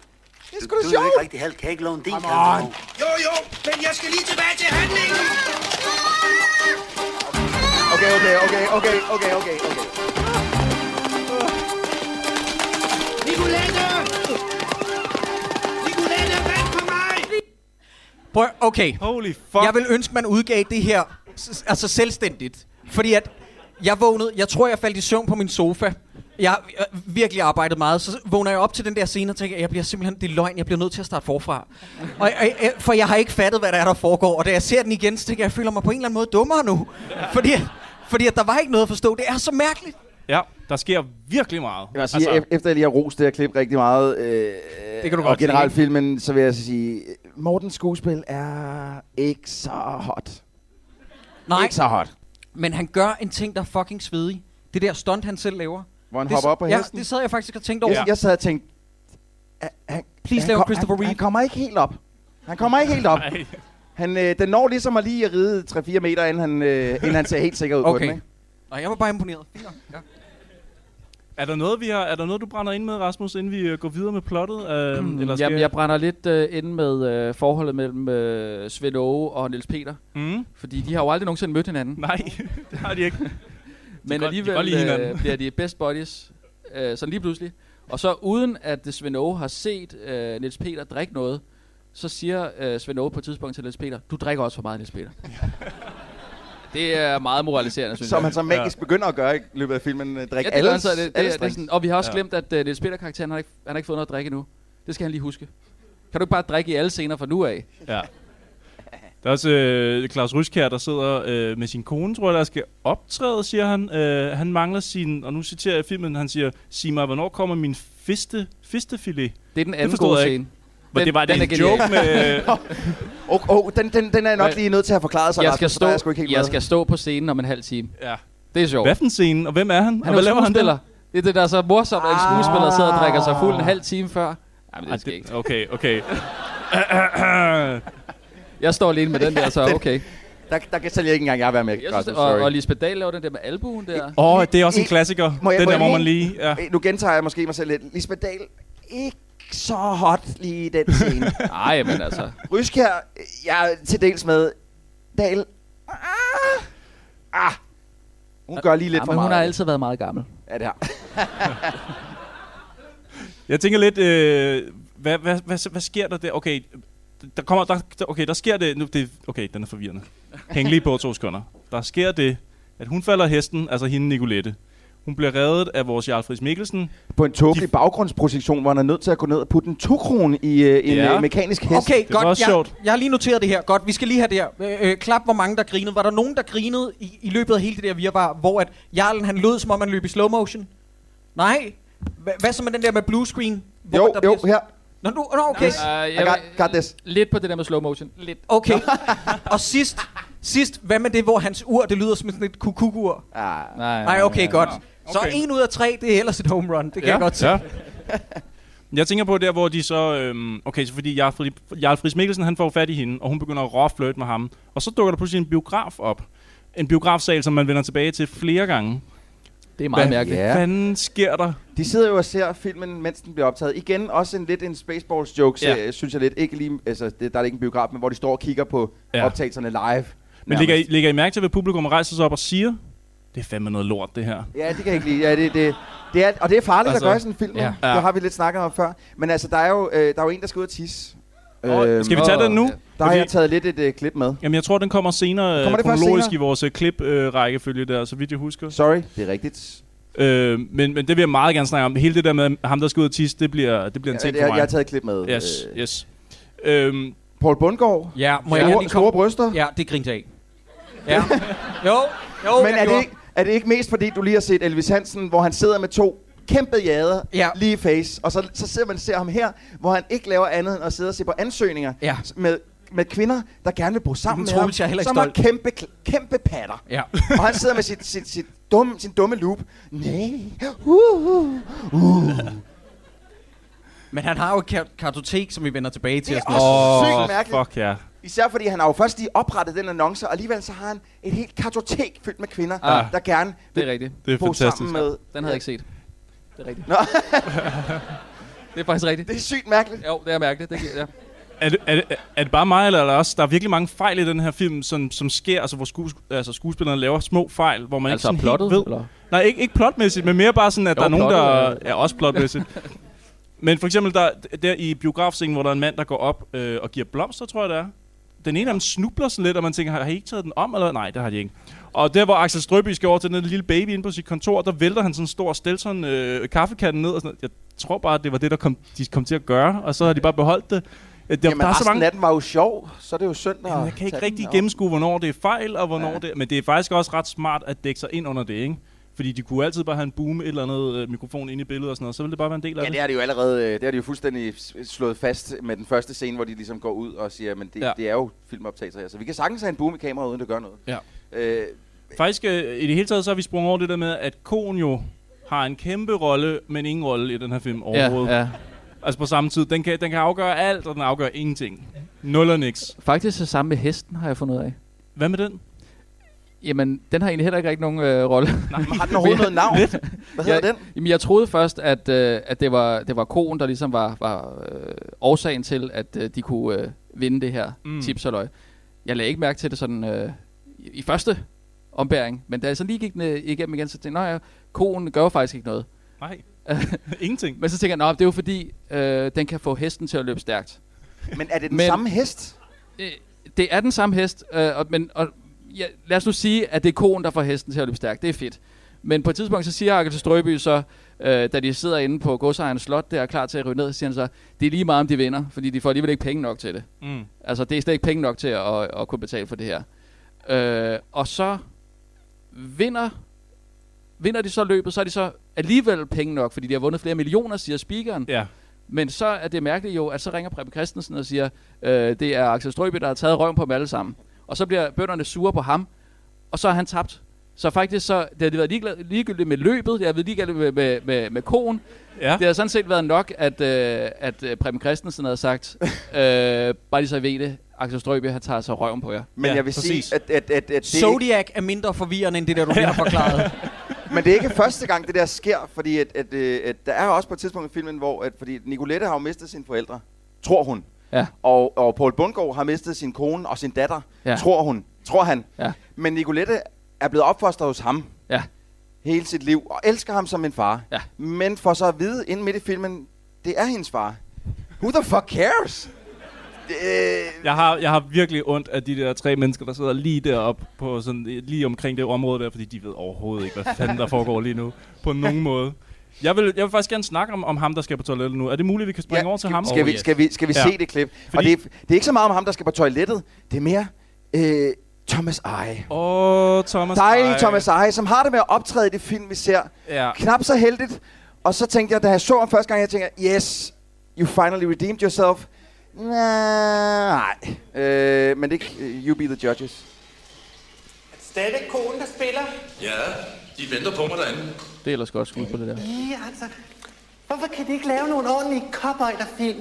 Det er sgu da
Du er jo
sjovt.
ikke rigtig held. Kan jeg ikke låne din campingvogn?
Jo, jo, men jeg skal lige tilbage til handlingen.
Okay, okay, okay, okay, okay, okay, okay.
Nicolette! Nicolette, vand på mig!
Prøv, okay.
holy fuck.
Jeg vil ønske, man udgav det her s- altså selvstændigt. Fordi at jeg vågnede, jeg tror, jeg faldt i søvn på min sofa. Jeg har øh, virkelig arbejdet meget. Så vågner jeg op til den der scene og tænker, jeg bliver simpelthen, det er løgn, jeg bliver nødt til at starte forfra. Og, jeg- jeg- jeg- for jeg har ikke fattet, hvad der er, der foregår. Og da jeg ser den igen, så tænker jeg, jeg føler mig på en eller anden måde dummere nu. Fordi, fordi at der var ikke noget at forstå. Det er så mærkeligt.
Ja, der sker virkelig meget.
Jeg vil sige, altså, efter jeg lige har rost det her klip rigtig meget, øh, det
kan du
og
godt se,
generelt
ikke?
filmen, så vil jeg altså sige, Mortens skuespil er ikke så hot.
Nej,
Ikke så hot.
men han gør en ting, der er fucking svedig. Det der stunt, han selv laver.
Hvor han
det,
hopper op på
ja,
hesten.
det sad jeg faktisk og tænkte over.
Jeg, jeg sad og tænkte, "Ah, han,
Please
han
lav
kom-
Christopher
han,
Reeve."
Han kommer ikke helt op. Han kommer ikke helt op.
Nej.
Han, øh, den når ligesom at lige at ride 3-4 meter, inden han, øh, inden han ser helt sikker ud på den.
Okay.
Ikke?
Og jeg var bare imponeret. Fint nok. Ja.
Er der, noget, vi har, er der noget, du brænder ind med, Rasmus, inden vi øh, går videre med plottet? Uh, mm, eller skal
Jamen, jeg brænder lidt øh, ind med øh, forholdet mellem øh, Svend Åge og Niels Peter.
mm,
Fordi de har jo aldrig nogensinde mødt hinanden.
Nej, det har de ikke.
Men
godt- de kan godt
alligevel
lide hinanden.
øh, bliver de best buddies. Øh, sådan lige pludselig. Og så uden at øh, Svend Åge har set øh, Niels Peter drikke noget, så siger øh, Svend Åge på et tidspunkt til Niels Peter, du drikker også for meget, Niels Peter. det er meget moraliserende, synes
Som
jeg.
han så magisk begynder at gøre i løbet af filmen. Øh, drikke
ja, det,
alle,
gør han så, det, det,
alle
det, det er sådan, og vi har også ja. glemt, at øh, Niels Peter-karakteren, han har, ikke, han har ikke fået noget at drikke endnu. Det skal han lige huske. Kan du ikke bare drikke i alle scener fra nu af?
Ja. Der er også øh, Claus Ryskjær, der sidder øh, med sin kone, tror jeg, der skal optræde, siger han. Øh, han mangler sin, og nu citerer jeg filmen, han siger, sig mig, hvornår kommer min fiste, fistefilet?
Det er den anden
forstod
gode
jeg
scene.
Men
Den-
det var det er
den er
en
genial.
joke med...
Åh, oh, oh, den, den, den er jeg nok
Men-
lige nødt til at forklare sig.
Jeg
Rasmus,
skal,
for
stå,
der er
jeg,
jeg sgu ikke helt med.
skal stå på scenen om en halv time.
ja.
Det er sjovt.
Hvad for en scene, og hvem er han? og
Han er
hvad
jo
laver han
skuespiller.
der?
Det er det, der er så morsomt, at
Ah.
en skuespiller sidder og drikker sig fuld en halv time før. Jamen, det
Ah,
er skægt.
det, okay, okay.
Jeg står alene med den der, så okay.
Der, der kan selv ikke engang jeg være med.
Jeg synes,
Rasmus,
det, og,
sorry.
og Lisbeth Dahl laver den der med albuen der.
Åh, oh, det er også en
I-
klassiker.
Må jeg-
den
må
der,
jeg
hvor man
lige-
lige... Ja.
Øh, Nu gentager jeg måske mig selv lidt. Lisbeth Dahl, ikke så hot lige i den scene.
Nej, men altså.
Ryskjær, øh, jeg er til dels med. Dahl, ah, ah, hun gør lige lidt
Ja,
for
men
meget. Uh,
hun altså- har altid været meget gammel.
Ja, det her.
Jeg tænker lidt, øh, hvad, hvad, hvad, hvad sker der der? Okay, der kommer, der, der- okay, der sker det, nu, det, okay, den er forvirrende. Hæng lige på to sekunder. Der sker det, at hun falder af hesten, altså hende Nicolette. Hun bliver reddet af vores Jarl Friis Mikkelsen.
På en tåbelig baggrundsprojektion, hvor han er nødt til at gå ned og putte en tokrone i øh, en
Ja.
ja. mekanisk hest.
Okay,
var
godt.
også
jeg,
sjovt.
jeg har lige noteret det her. Godt, vi skal lige have det her. Øh, øh, klap, hvor mange der grinede. Var der nogen, der grinede i, i løbet af hele det der virvar, hvor at Jarlen han lød, som om han løb i slow motion? Nej. Hva, hvad så med den der med blue screen? Hvor
Jo,
der
jo,
bliver-
her.
Nå, nu, nå, okay.
Uh, jeg,
I got, got this.
lidt på det der med slow motion. Lidt.
Okay. Og sidst, sidst, hvad med det, hvor hans ur, det lyder som sådan et kukukur?
Ah.
Nej,
Nej, okay, godt. Så
Okay.
en ud af tre, det er ellers et home run. Det kan jeg godt se.
Ja. Jeg tænker på der, hvor de så... Øhm, okay, så fordi Jarl, Fri- Jarl Friis Mikkelsen, han får fat i hende, og hun begynder at råflirte med ham. Og så dukker der pludselig en biograf op. En biografsal, som man vender tilbage til flere gange.
Det er meget
Hvad
mærkeligt.
fanden sker der?
De sidder jo og ser filmen, mens den bliver optaget. Igen, også en lidt en Spaceballs joke,
Ja.
ja. synes jeg lidt. Ikke lige, altså, det, der er ikke en biograf, men hvor de står og kigger på
Ja.
ja. optagelserne live.
Men ligger I, ligger I mærke til, hvad publikum rejser sig op og siger? Det er fandme noget lort, det her.
Ja, det kan jeg ikke lide. Ja, det, det, det er, og det er farligt altså,
Altså,
at gøre i sådan en film.
ja.
Ja.
Ja.
Det har vi lidt snakket om før. Men altså, der er jo, øh, der er jo en, der skal ud og tisse. Øhm,
Åh, skal vi tage den nu?
Der har
Fordi-
jeg taget lidt et øh, klip med.
Jamen, jeg tror, den kommer senere kommer
Kommer det først
kronologisk
senere?
i vores øh, klip-rækkefølge der, så vidt jeg husker.
Sorry, det er rigtigt.
Øh, men, men det vil jeg meget gerne snakke om. Hele det der med ham, der skal ud og tisse, det bliver, det bliver en
Ja,
ting
det-
for
jeg-
mig.
jeg har taget øh, et klip med.
Yes, yes. Øhm,
Paul Bundgaard?
Ja, må
Store-
jeg gerne lige komme?
Store bryster?
Ja, det grinte jeg af. Ja. jo, jo,
Men
jeg
er det,
gjorde.
ikke, er det ikke mest fordi, du lige har set Elvis Hansen, hvor han sidder med to kæmpe jader ja. lige i face, og så, så sidder man og ser ham her, hvor han ikke laver andet end at sidde og se på ansøgninger
Ja.
s- med, med kvinder, der gerne vil bo sammen
Men
med
Troels, jeg er
ham,
heller ikke
som har
stolt.
kæmpe, kl- kæmpe patter.
Ja.
og han sidder med sit, sit, sit dumme, sin dumme loop. Nej. Uh, uh, uh.
Men han har jo et kar- kartotek, som vi vender tilbage til.
Det er
og sådan
også
noget.
sygt Åh, mærkeligt.
fuck ja.
Især fordi han har jo først lige oprettet den annonce, og alligevel så har han et helt kartotek fyldt med kvinder,
Ah,
ah, der gerne
Det er rigtigt.
Det er
bo
fantastisk.
sammen med...
Den havde jeg ikke set. Det er rigtigt.
Nå.
det er faktisk rigtigt.
Det er sygt mærkeligt.
Jo, det er mærkeligt. Det, ja.
Er det, er, det, er det bare mig, eller er der også... Der er virkelig mange fejl i den her film, som, som sker, altså hvor skues, altså, skuespillerne laver små fejl, hvor man
Altså,
ikke sådan
plottet,
helt ved...
eller?
Nej, ikke, ikke plotmæssigt, men mere bare sådan, at
Jo,
der er nogen,
plottet
der...
er-
Er ja, også plotmæssigt. men for eksempel der, der i biografscenen, hvor der er en mand, der går op øh, og giver blomster, tror jeg det er. Den ene af dem snubler sådan lidt, og man tænker, har I ikke taget den om? Eller? Nej, det har de ikke. Og der, hvor Axel Strøby skal over til den der lille baby inde på sit kontor, der vælter han sådan en stor Stelton øh, kaffekanden ned. Og sådan noget. Jeg tror bare, det var det, der kom, de kom til at gøre, og så har de bare beholdt det. Øh, Der,
Jamen, der resten af den var jo sjov, så er det jo synd at
Jamen, jeg kan ikke
tage den
rigtig
op.
gennemskue, hvornår det er fejl, og hvornår ja.
Ja.
det Men det er faktisk også ret smart at dække sig ind under det, ikke? Fordi de kunne altid bare have en boom, et eller andet øh, mikrofon ind i billedet og sådan noget, så ville det bare være en del af
Ja, det er det jo allerede, øh, det er det jo fuldstændig s- slået fast med den første scene, hvor de ligesom går ud og siger, men det,
Ja.
ja. det er jo filmoptagelser her, så vi kan sagtens have en boom i kameraet, uden det gør noget.
Ja.
Øh,
Faktisk øh, i det hele taget, så har vi sprunget over det der med, at konen jo har en kæmpe rolle, men ingen rolle i den her film overhovedet.
ja.
Altså på samme tid. Den kan, den kan afgøre alt, og den afgør ingenting. Nul og niks.
Faktisk det samme med hesten, har jeg fundet ud af.
Hvad med den?
Jamen, den har egentlig heller ikke rigtig nogen øh, rolle. Nej,
har den overhovedet noget navn? Hvad hedder
jeg,
den?
Jamen, jeg troede først, at, øh, at det, var, det var koen, der ligesom var, var øh, årsagen til, at øh, de kunne øh, vinde det her
Mm.
mm. tipsaløg. Jeg lagde ikke mærke til det sådan øh, i, i første ombæring, men da jeg så lige gik ned, igennem igen, så tænkte jeg, nej, koen gør jo faktisk ikke noget.
Nej. Ingenting.
Men så tænker jeg, "Nå, det er jo fordi, øh, den kan få hesten til at løbe stærkt.
men er det den
Men-
men, samme hest?
Det er den samme hest, øh, og, men og, ja, lad os nu sige, at det er konen, der får hesten til at løbe stærkt. Det er fedt. Men på et tidspunkt, så siger Arkel til Strøby så, øh, da de sidder inde på godsejernes slot, der er klar til at ryge ned, så siger han så, det er lige meget, om de vinder, fordi de får alligevel ikke penge nok til det.
Mm.
Altså, det er slet ikke penge nok til at, at, at kunne betale for det her. Øh, og så vinder, vinder de så løbet, så er de så alligevel penge nok, fordi de har vundet flere millioner, siger speakeren.
Ja.
Men så er det mærkeligt jo, at så ringer Preben Christensen og siger, øh, det er Axel Strøby, der har taget røven på dem alle sammen. Og så bliver bønderne sure på ham, og så har han tabt. Så faktisk så, det har de været ligeglad, ligegyldigt med løbet, det har været ligegyldigt med, med, med, med konen.
Ja.
Det har sådan set været nok, at, øh, at øh, Preben Christensen havde sagt, øh, bare lige så I ved det, Axel Strøby, han tager så røven på jer.
Men jeg vil sige, at, at, at, at det er ikke,
Zodiac er mindre forvirrende end det der, du lige har forklaret.
men det er ikke første gang, det der sker, fordi at, at, øh, at der er også på et tidspunkt i filmen, hvor at, fordi Nicolette har jo mistet sine forældre, tror hun.
Ja.
Og, og Paul Bundgaard har mistet sin kone og sin datter,
Ja.
ja. tror hun. Tror han.
Ja.
Men Nicolette er blevet opfostret hos ham.
Ja.
hele sit liv, og elsker ham som en far.
Ja.
Men får så at vide inden midt i filmen, det er hendes far. Who the fuck cares? Øh,
Jeg har, jeg har virkelig ondt af de der tre mennesker, der sidder lige deroppe, på sådan, lige omkring det område der, fordi de ved overhovedet ikke, hvad fanden der foregår lige nu, på nogen måde. Jeg vil, jeg vil faktisk gerne snakke om, om ham, der skal på toilettet nu. Er det muligt, vi kan springe ja, over til ham?
Oh,
Oh,
skal, vi, skal vi, skal vi
Ja.
se det klip? Fordi... Og det er, det er ikke så meget om ham, der skal på toilettet. Det er mere øh, Thomas Eje.
Åh, oh, Thomas
Dejlig
Eje.
Thomas Eje, som har det med at optræde i det film, vi ser.
Ja.
Knap så heldigt. Og så tænkte jeg, da jeg så ham første gang, jeg tænker, yes, you finally redeemed yourself. Nej. Øh, men det er ikke øh, You Be The Judges.
Stadig konen, der spiller?
Ja, de venter på mig derinde.
Det er ellers godt skud på det der.
Ja, altså. Hvorfor kan de ikke lave nogle ordentlige cowboyderfilm?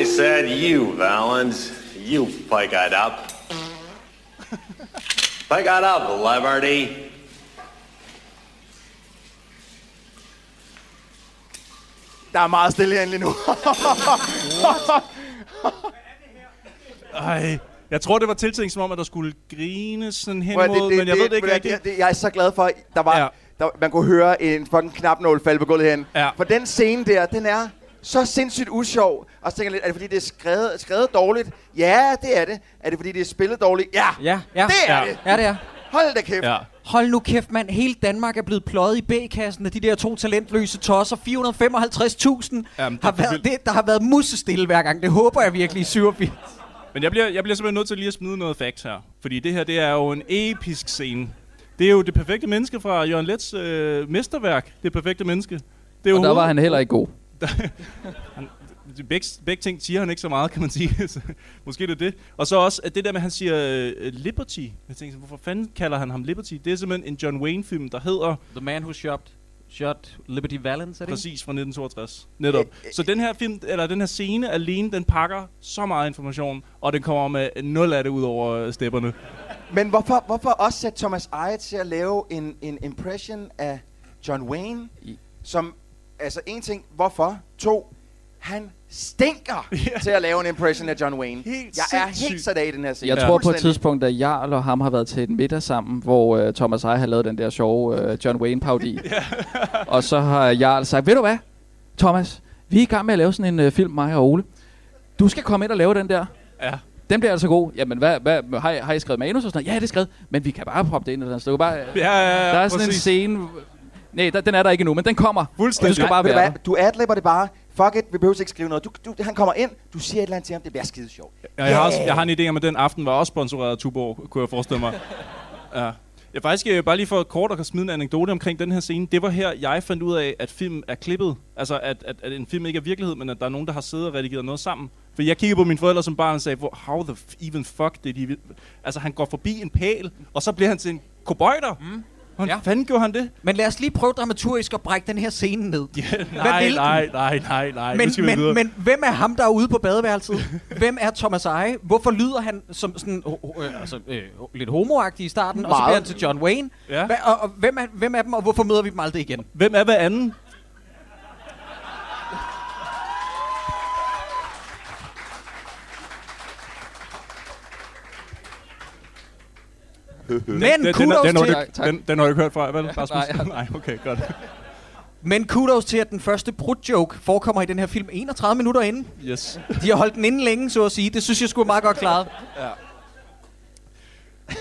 I said you, Valens. You pike-eyed up. Speak it up, Liberty.
Der er meget stille herinde lige nu.
Ej. Jeg tror, det var tiltænkt som om, at der skulle grine sådan hen
Prøv at-
mod, men jeg ved det ikke
ved du hvad,
rigtigt.
Det, det, jeg er så glad for, at der var, ja. der, man kunne høre en fucking knapnål falde på gulvet hen. Ja. For den scene der, den er så sindssygt usjov. Og så tænker jeg lidt, er det fordi, det er skrevet, skrevet dårligt? Ja, det er det. Er det fordi, det er spillet dårligt? Ja,
Ja, ja.
det er
ja.
det.
Ja, det er.
Hold da kæft.
Ja.
Hold nu kæft, mand. Hele Danmark er blevet pløjet i B-kassen af de der to talentløse tosser. 455.000
Jamen, det
har
er
været
vildt.
det, der har været musestille hver gang. Det håber jeg virkelig i 87.
Men jeg bliver, jeg bliver simpelthen nødt til lige at smide noget facts her. Fordi det her, det er jo en episk scene. Det er jo det perfekte menneske fra Jørgen Lets øh, mesterværk. Det perfekte menneske. Det er jo
Og der
hoved-
var han heller ikke god.
han, de- begge, begge ting siger han ikke så meget, kan man sige. Så Måske det er det. Og så også at det der med, at han siger øh, Liberty. Jeg tænker, sådan, hvorfor fanden kalder han ham Liberty? Det er simpelthen en John Wayne-film, der hedder...
The Man Who Shot, Shot Liberty Valance, er det
Præcis, fra 1962. Netop.
Øh,
Så den her film, eller den her scene alene, den pakker så meget information, og den kommer med nul af det ud over øh, stepperne.
Men hvorfor, hvorfor også sætte Thomas Eje til at lave en, en impression af John Wayne? Som, altså en ting, hvorfor? To, han stinker til at lave en impression af John Wayne. Helt jeg er helt sat af i den her scene.
Jeg tror på et
Fuldstændig.
tidspunkt, at Jarl og ham har været til en middag sammen, hvor øh, Thomas Eje har lavet den der sjove øh, John Wayne-parodi. og så har Jarl sagt, ved du hvad, Thomas, vi er i gang med at lave sådan en øh, film, mig og Ole. Du skal komme ind og lave den der.
Ja.
Den bliver altså god. Jamen, hvad, hvad, har, I, har I skrevet manus og sådan noget? Ja, det er skrevet. Men vi kan bare proppe det ind eller sådan noget. Bare,
Ja, ja, ja,
der er sådan
præcis.
en scene... Nej, der, den er der ikke endnu, men den kommer. Og du skal
Nej,
bare
ved du
være
hvad? Du adlibber det bare. Fuck it, vi behøver ikke skrive noget. Du, du, han kommer ind, du siger et eller andet til ham, det bliver skide sjovt.
Ja, jeg, har også, jeg har en idé om, at den aften var også sponsoreret af Tuborg, kunne jeg forestille mig. Ja. Jeg faktisk øh, bare lige for kort at smide en anekdote omkring den her scene. Det var her, jeg fandt ud af, at film er klippet. Altså, at, at, at en film ikke er virkelighed, men at der er nogen, der har siddet og redigeret noget sammen. For jeg kiggede på mine forældre som barn og sagde, "Hvor- how the f- even fuck did he... Altså, han går forbi en pæl, og så bliver han til en kobøjter. Mm. Hvordan ja. fanden gjorde han det?
Men lad os lige prøve dramaturgisk at brække den her scene ned.
Ja,
Hvad
Nej,
vil den?
nej, nej, nej, nej. Nu
Men,
skal vi videre.
men, men hvem er ham, der er ude på badeværelset? hvem er Thomas Eje? Hvorfor lyder han som sådan ho- ho- øh, altså, øh, lidt homoagtig i starten, og så
Meget.
bliver han til John Wayne?
Ja.
Hva, og, og hvem, er, hvem er dem, og hvorfor møder vi dem aldrig igen?
Hvem er hver anden?
Men
den, den,
kudos
den, den, har
til-
du ikke-
Tak, tak.
den, den har du ikke hørt fra, vel, Rasmus?
nej.
nej, okay, godt.
Men kudos til, at den første brud-joke forekommer i den her film 31 minutter inden.
Yes.
De har holdt den inden længe, så at sige. Det synes jeg skulle meget godt klaret.
Ja.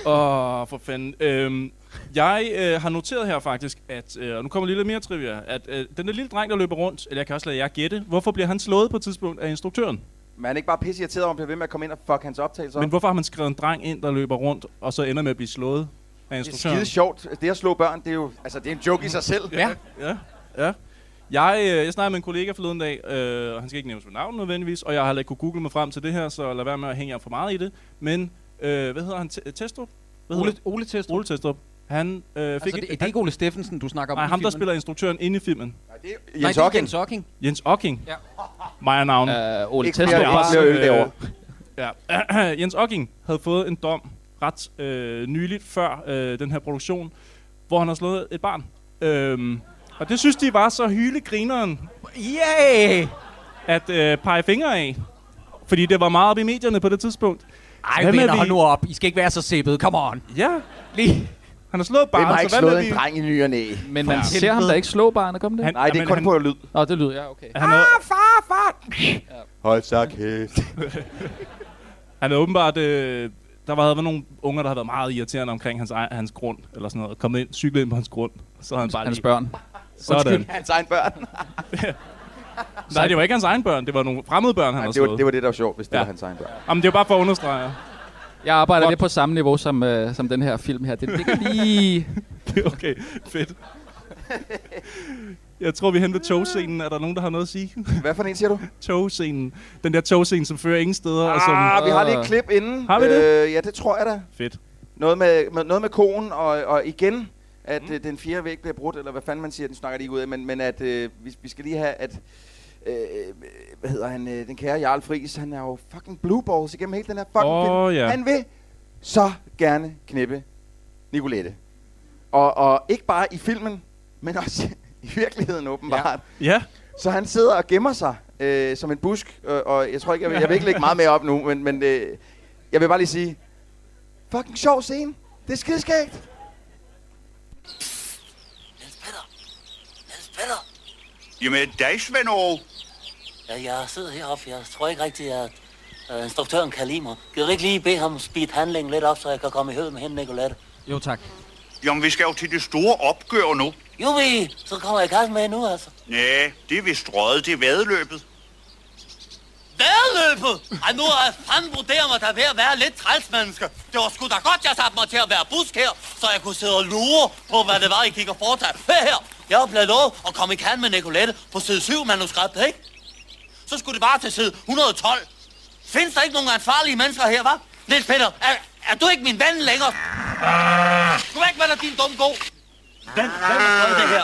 Åh, oh, for fanden. Øhm, jeg øh, har noteret her faktisk, at, øh, og nu kommer lige lidt mere trivia, at øh, den der lille dreng, der løber rundt, eller jeg kan også lade jer gætte, hvorfor bliver han slået på et tidspunkt af instruktøren?
Men er han ikke bare pisse irriteret om, at bliver ved med at komme ind og fuck hans optagelser?
Men hvorfor har man skrevet en dreng ind, der løber rundt, og så ender med at blive slået af
det er
instruktøren?
skide sjovt. Det at slå børn, det er jo altså, det er en joke i sig selv.
Ja. Ja, ja. Jeg, øh, jeg snakkede med en kollega forleden dag, øh, og han skal ikke nævnes ved navn nødvendigvis, og jeg har heller ikke kunne google mig frem til det her, så lad være med at hænge jer for meget i det. Men, øh, hvad hedder han? Te- Testrup? Hvad
Ole-
hedder han?
Ole Testrup.
Ole Testrup. Han øh, fik
Altså, det,
et,
det er ikke Ole Steffensen, du snakker om
Nej, ham
i
der
filmen.
spiller instruktøren inde i filmen. Nej,
det
Jens Nej, det er Ocking. Jens Ocking.
Jens Ocking?
Ja.
Mig og navn.
Øh, Ole
Ikke
Testrup.
flere-
Bare-
ikke flere
Øh,
Ja. Jens Ocking havde fået en dom ret øh, nyligt før øh, den her produktion, hvor han har slået et barn. Øhm, og det synes de var så hylegrineren.
Yay!
At øh, pege fingre af. Fordi det var meget op i medierne på det tidspunkt.
Ej,
Hvad med,
venner,
at
hold nu op. I skal ikke være så sippet. Come on.
Ja.
Lige.
Han har slået
Hvem
barnet,
har
så
ikke
hvad med
slået
vi-
en dreng i ny og næ?
Men man ser ham da ikke slå barnet, kom det?
Han- Nej, det er jamen, kun han- på
lyd.
Nå, det lyder, ja, okay.
Han havde,
Ah, far, far!
Hold så kæft.
han havde åbenbart... Øh, der var, havde været nogle unger, der havde været meget irriterende omkring hans, ej- hans grund, eller sådan noget. Kommet ind, cyklet ind på hans grund. Så havde han bare
Hans
lige-
børn.
Sådan.
Hans egen børn.
Nej, det var ikke hans egen børn. Det var nogle fremmede børn, han
Nej,
havde
det var,
slået.
det var det, der var sjovt, hvis det
Ja.
var hans egen børn.
Jamen, det var bare for at understrege.
Jeg arbejder
Godt.
lidt på samme niveau som, øh, som den her film her. Det, det kan lige...
det er okay. Fedt. Jeg tror, vi er henne ved togscenen. Er der nogen, der har noget at sige?
Hvad for en siger du?
Togscenen. Den der togscene, som fører ingen steder. og som,
Ah, vi har lige et klip inden.
Har vi det?
Øh, ja, det tror jeg da.
Fedt.
Noget med, med, noget med konen, og, og igen, at mm. den fjerde væg bliver brudt, eller hvad fanden man siger, den snakker de ikke ud af, men, men at øh, vi, vi skal lige have, at, øh, hvad hedder han, øh, den kære Jarl Friis, han er jo fucking blue balls igennem hele den her fucking
Åh,
film.
ja.
Han vil så gerne knippe Nicolette. Og, og ikke bare i filmen, men også i virkeligheden åbenbart.
Ja. ja.
Så han sidder og gemmer sig øh, som en busk, øh, og jeg tror ikke, jeg vil, jeg vil ikke lægge meget mere op nu, men, men øh, jeg vil bare lige sige, fucking sjov scene. Det er skideskægt.
Peter,
Jamen, dig, Svend Aage.
ja, jeg sidder heroppe. Jeg tror ikke rigtigt, at øh, instruktøren kan lide mig. Kan du ikke lige bede ham speede handlingen lidt op, så jeg kan komme i høved med hende, Nicolette?
Jo, tak.
Jamen, vi skal jo til det store opgør nu.
Jubi, så kommer jeg i kassen med nu, altså.
Næh, det er vist røget til vadeløbet.
Værløbet! Ej, nu er fanden vurderet mig, der er ved at være lidt træls, menneske. Det var sgu da godt, jeg satte mig til at være busk her, så jeg kunne sidde og lure på, hvad det var, I gik og foretagede. Hør her, jeg var blevet lovet at komme i kan med Nicolette på side 7 manuskriptet, ikke? Så skulle det bare til side 112. Findes der ikke nogen ansvarlige mennesker her, hva'? Niels Peter, er, er du ikke min ven længere? Du væk med dig, din dumme go. Hvem, hvem har skrevet det her?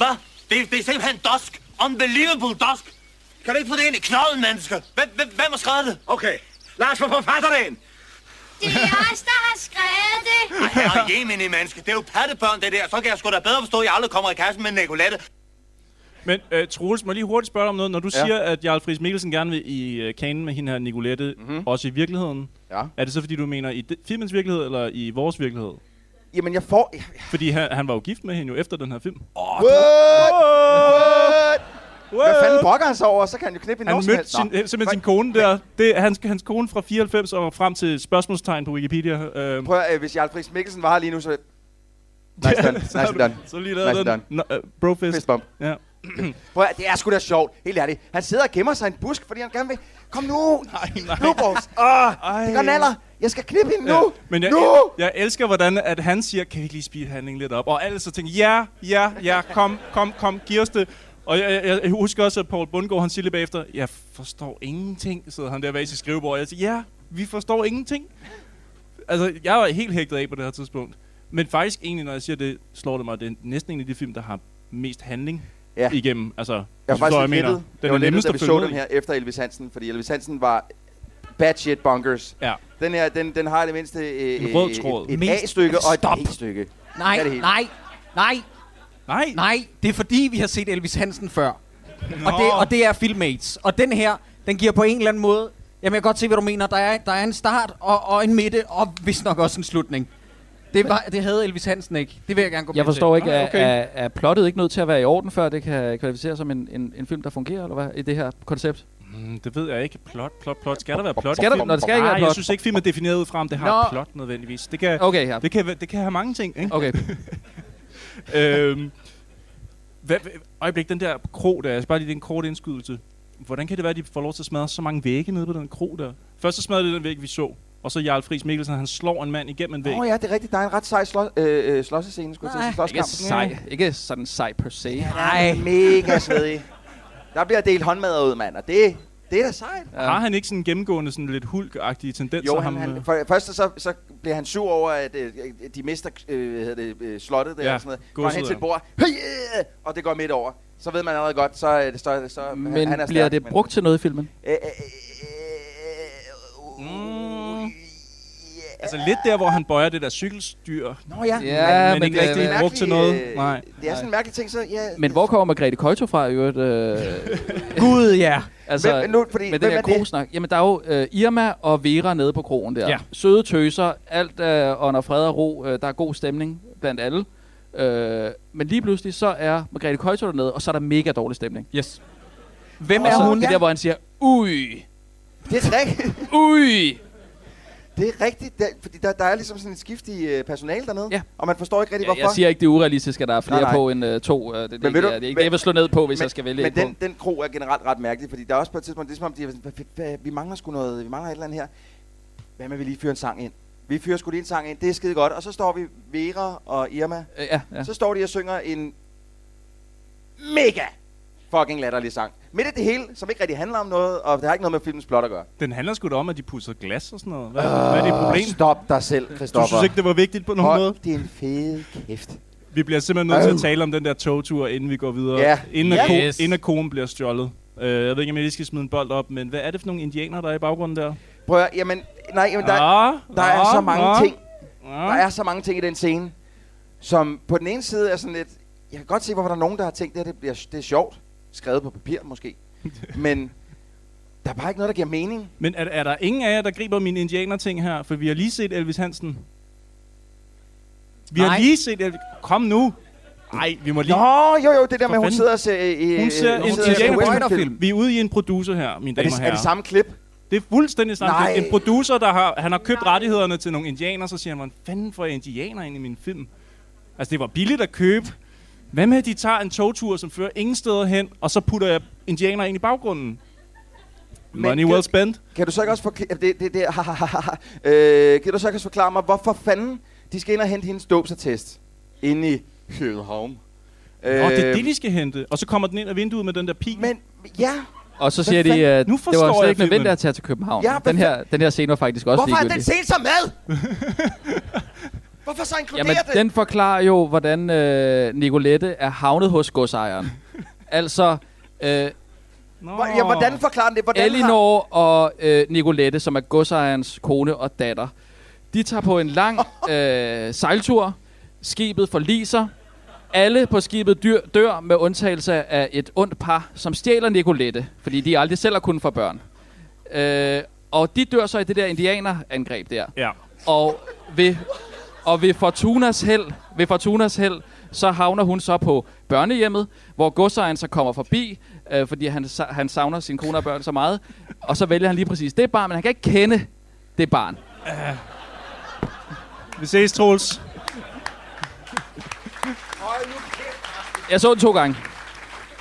Hvad? Det, det er simpelthen dusk. Unbelievable dusk. Kan du ikke få det ind i knolden, menneske? Hvem, hvem, hvem har skrevet det? Okay. Lad os få forfatteren ind.
Det er os, der har skrevet det.
Ej, herre jemini, menneske. Det er jo pattebørn, det der. Så kan jeg sgu da bedre forstå, at jeg aldrig kommer i kassen med Nicolette.
Men øh, Troels, må jeg lige hurtigt spørge dig om noget. Når du
Ja.
ja. siger, at Jarl Friis Mikkelsen gerne vil i øh, kanen med hende her Nicolette, mm-hmm. også i virkeligheden,
Mhm. ja.
er det så fordi, du mener i de- filmens virkelighed eller i vores virkelighed?
Jamen, jeg får...
Fordi han, han var jo gift med hende jo efter den her film.
Oh, What? What? Hvad fanden brokker han sig over? Så kan han jo knippe i
Han
nogen som
mødte
helst.
sin,
Nå.
øh, simpelthen sin kone der. Det er hans, hans kone fra 94 og frem til spørgsmålstegn på Wikipedia. Øh,
Prøv at, øh, hvis Jarl Friis Mikkelsen var her lige nu, så... Nice done, nice
har du-
done.
så lige lavet
nice
den.
Done.
No, øh, bro fist.
Fist bump.
Ja.
Prøv at, det er sgu da sjovt. Helt ærligt. Han sidder og gemmer sig i en busk, fordi han gerne vil... Kom nu! Nej, nej. Nu, Borgs. Åh, det gør naller. Jeg skal knippe hende nu.
Men jeg,
nu!
jeg elsker, hvordan at han siger, kan vi ikke lige speede handlingen lidt op? Og alle så tænker, ja, ja, ja, kom, kom, kom, giv os det. Og jeg, jeg, jeg husker også, at Paul Bundgaard, han siger lige bagefter, jeg forstår ingenting, sidder han der bag sit skrivebord. Og jeg siger, ja, vi forstår ingenting. Altså, jeg var helt hægtet af på det her tidspunkt. Men faktisk egentlig, når jeg siger det, slår det mig, det er næsten en af de film, der har mest handling
Ja.
ja. igennem. Altså, jeg
Jeg var faktisk lidt lettet.
Den
Jeg
er
var lettet,
nemmest
da
at
vi
følge
så
med
den
i.
her efter Elvis Hansen, fordi Elvis Hansen var bad shit bunkers.
Ja.
Den her, den, den har i det mindste øh,
En rød
øh,
tråd.
et, et
Mest-
A-stykke og et
Stop.
B-stykke. Det er
Nej,
det hele.
nej, nej.
Nej.
Nej, det er fordi, vi har set Elvis Hansen før. Og det, og det er Filmmates. Og den her, den giver på en eller anden måde... Jamen, jeg kan godt se, hvad du mener. Der er, der er en start og, og en midte, og vist nok også en slutning. Det, var, det havde Elvis Hansen ikke. Det vil jeg gerne gå
Jeg
med
forstår
til.
ikke, er, er, er plottet ikke nødt til at være i orden, før det kan kvalificeres som en, en, en film, der fungerer, eller hvad, i det her koncept?
Mm, det ved jeg ikke. Plot, plot, plot. Skal der være plot? i
Skal der-
film?
Nå, det skal ikke være
Nej,
plot.
jeg synes ikke, filmen er defineret ud fra, om det har
Nå.
Nå. plot nødvendigvis. Det kan,
Okay, ja.
det, kan, væ- det kan have mange ting, ikke?
Okay.
øhm, hvad, hvad- øjeblik, den der krog der, jeg skal bare lige det er en kort indskydelse. Hvordan kan det være, at de får lov til at smadre så mange vægge nede på den krog der? Først så smadrede de den væg, vi så. Og så Jarl Friis Mikkelsen, han slår en mand igennem en væg.
Åh oh, ja, det er rigtigt. Der er en ret sej slå, øh, øh, slåssescene, skulle jeg til at sige.
Ikke,
Slåskamp.
sej, ikke sådan sej per se.
Nej. Mega svedig. Der bliver delt håndmad ud, mand, og det, det er da sejt.
Har han ikke sådan gennemgående sådan lidt hulkagtige tendenser?
Jo, han,
ham, øh?
han, for, først så, så bliver han sur over, at øh, de mister øh, hvad hedder det, øh, slottet der
Ja,
og sådan noget. Går
godset
han hen til et
der.
bord, hey, øh, og det går midt over. Så ved man allerede godt, så, er det- så, så
Men
han, han er
bliver
stærk,
det
men-
brugt til noget i filmen?
Øh, øh,
Mm. Altså lidt der, hvor han bøjer det der cykelstyr.
Nå ja.
Ja,
men,
men
ikke
det er
rigtig
mærkeligt,
brugt til noget.
øh,
Nej.
Det er sådan en mærkelig ting, så ja...
Men hvor kommer Margrethe Køjto fra i øvrigt? Øh,
Gud, ja.
altså,
Hvem- nu, fordi-
med
hvem
den
er
her
det?
krosnak. Jamen, der er jo øh, Irma og Vera nede på krogen der.
Ja.
Søde tøser, alt øh, under fred og ro. Øh, der er god stemning blandt alle. Øh, men lige pludselig, så er Margrethe Køjto dernede, og så er der mega dårlig stemning.
Yes. Hvem
og
er
så
hun?
Det der, hvor han siger, ui,
Det er rigtigt.
Ui!
Det er rigtigt, der, fordi der, der er ligesom sådan et skift i øh, personale dernede, ja. og man forstår ikke rigtig,
jeg,
hvorfor.
jeg siger ikke, det er urealistisk, at der er flere
Nej, nej.
på end øh, to. Øh, det, det,
Men
men
ved
det,
du-
det, er ikke
men-
det, jeg vil slå ned på, hvis
men,
jeg skal vælge
Men
et
den,
på.
den krog er generelt ret mærkelig, fordi der er også på et tidspunkt, det er som om, de er sådan, "Hva- hva- hva- vi mangler sgu noget, vi mangler et eller andet her. Hvad med, vi lige fyrer en sang ind? Vi fyrer sgu lige en sang ind, det er skide godt. Og så står vi, Vera og Irma,
Øh, ja, ja.
så står de og synger en mega fucking latterlig sang. Midt i det hele, som ikke rigtig handler om noget, og det har ikke noget med filmens plot at gøre.
Den handler sgu da om, at de pudser glas og sådan noget. Hvad, hvad er det problem?
Stop dig selv, Christoffer.
Du synes ikke, det var vigtigt på nogen
Hold
måde?
din fede kæft.
Vi bliver simpelthen nødt til
Øv.
at tale om den der togtur, inden vi går videre.
Ja.
Inden, at
Ja. Yes.
ko- inden at konen bliver stjålet. Uh, jeg ved ikke, om jeg lige skal smide en bold op, men hvad er det for nogle indianere, der er i baggrunden der?
Prøv at, jamen, nej, jamen, der,
Ah,
der er
ah,
så mange
ah.
ting. Der er så mange ting i den scene, som på den ene side er sådan lidt... Jeg kan godt se, hvorfor der er nogen, der har tænkt, at det, bliver, det er sjovt. Skrevet på papir måske. Men der er bare ikke noget, der giver mening.
Men er, er der ingen af jer, der griber mine indianer-ting her? For vi har lige set Elvis Hansen. Vi har
Nej.
lige set Elvis... Kom nu! Nej, vi må lige...
Nå, jo, jo, det der
For
med, at hun
fanden.
sidder og ser... øh,
Hun
øh,
ser
hun
en
sidder og ser
indianerfilm.
westernfilm.
Vi er ude i en producer her, mine
Er
damer
det-
og
er det
herrer.
samme klip?
Det er fuldstændig samme
Nej.
klip. En producer, der har, han har købt rettighederne til nogle indianer, så siger han, hvordan fanden får jeg indianer ind i min film? Altså, det var billigt at købe. Hvad med, at de tager en togtur, som fører ingen steder hen, og så putter jeg indianer ind i baggrunden? Money well spent.
Kan du så ikke også forklare, det, det, det, øh, kan du så ikke også forklare mig, hvorfor fanden de skal ind og hente hendes dåbsattest inde i København? Øh,
Nå, det
Øhm.
er det, de skal hente. Og så kommer den ind ad vinduet med den der pil. Men,
ja.
Og så siger de, at det var slet ikke nødvendigt at tage til København.
Ja,
den, her, den her scene var faktisk også
Hvorfor er den scene
ligegyldig.
så med? hvorfor så inkludere
Jamen,
det?
den forklarer jo, hvordan øh, Nicolette er havnet hos godsejeren. altså, øh,
Hvor, ja, hvordan forklarer den det? Hvordan
Elinor og øh, Nicolette, som er godsejerens kone og datter, de tager på en lang øh, sejltur. Skibet forliser. Alle på skibet dyr, dør med undtagelse af et ondt par, som stjæler Nicolette, fordi de aldrig selv har kunnet få børn. Øh, og de dør så i det der indianerangreb der.
Ja.
Og ved, og ved Fortunas held, ved Fortunas held, så havner hun så på børnehjemmet, hvor godsejeren så kommer forbi, øh, fordi han, sa- han savner sin kone og børn så meget. Og så vælger han lige præcis det barn, men han kan ikke kende det barn.
Vi ses, Troels.
Jeg så den to gange.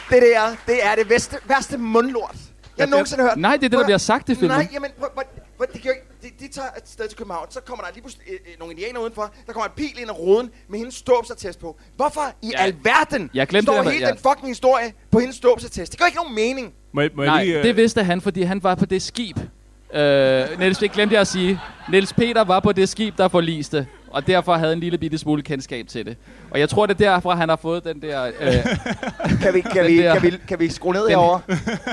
Det der, det er det værste, værste mundlort, jeg
det-
nogensinde har hørt.
Nej, det er det, der
Prøv at-
bliver sagt i filmen.
Nej, jamen, hvor, hvor, hvor, det kan jo ikke, de, de tager et sted til København, så kommer der lige pludselig øh, øh, nogle indianer udenfor, der kommer en pil ind af roden med hendes dåbsattest på. Hvorfor i
Ja.
alverden
Jeg glemte
står
det der med-
hele
ja.
den fucking historie på hendes dåbsattest? Det gør ikke nogen mening.
Må jeg, må jeg
Nej,
lige, øh,
det vidste han, fordi han var på det skib. Øh, Niels, det glemte jeg at sige. Niels Peter var på det skib, der forliste, og derfor havde en lille bitte smule kendskab til det. Og jeg tror, det er derfra, han har fået den der... Øh,
Kan vi, kan
den
vi,
der-
kan vi, kan vi skrue ned
den-
herovre?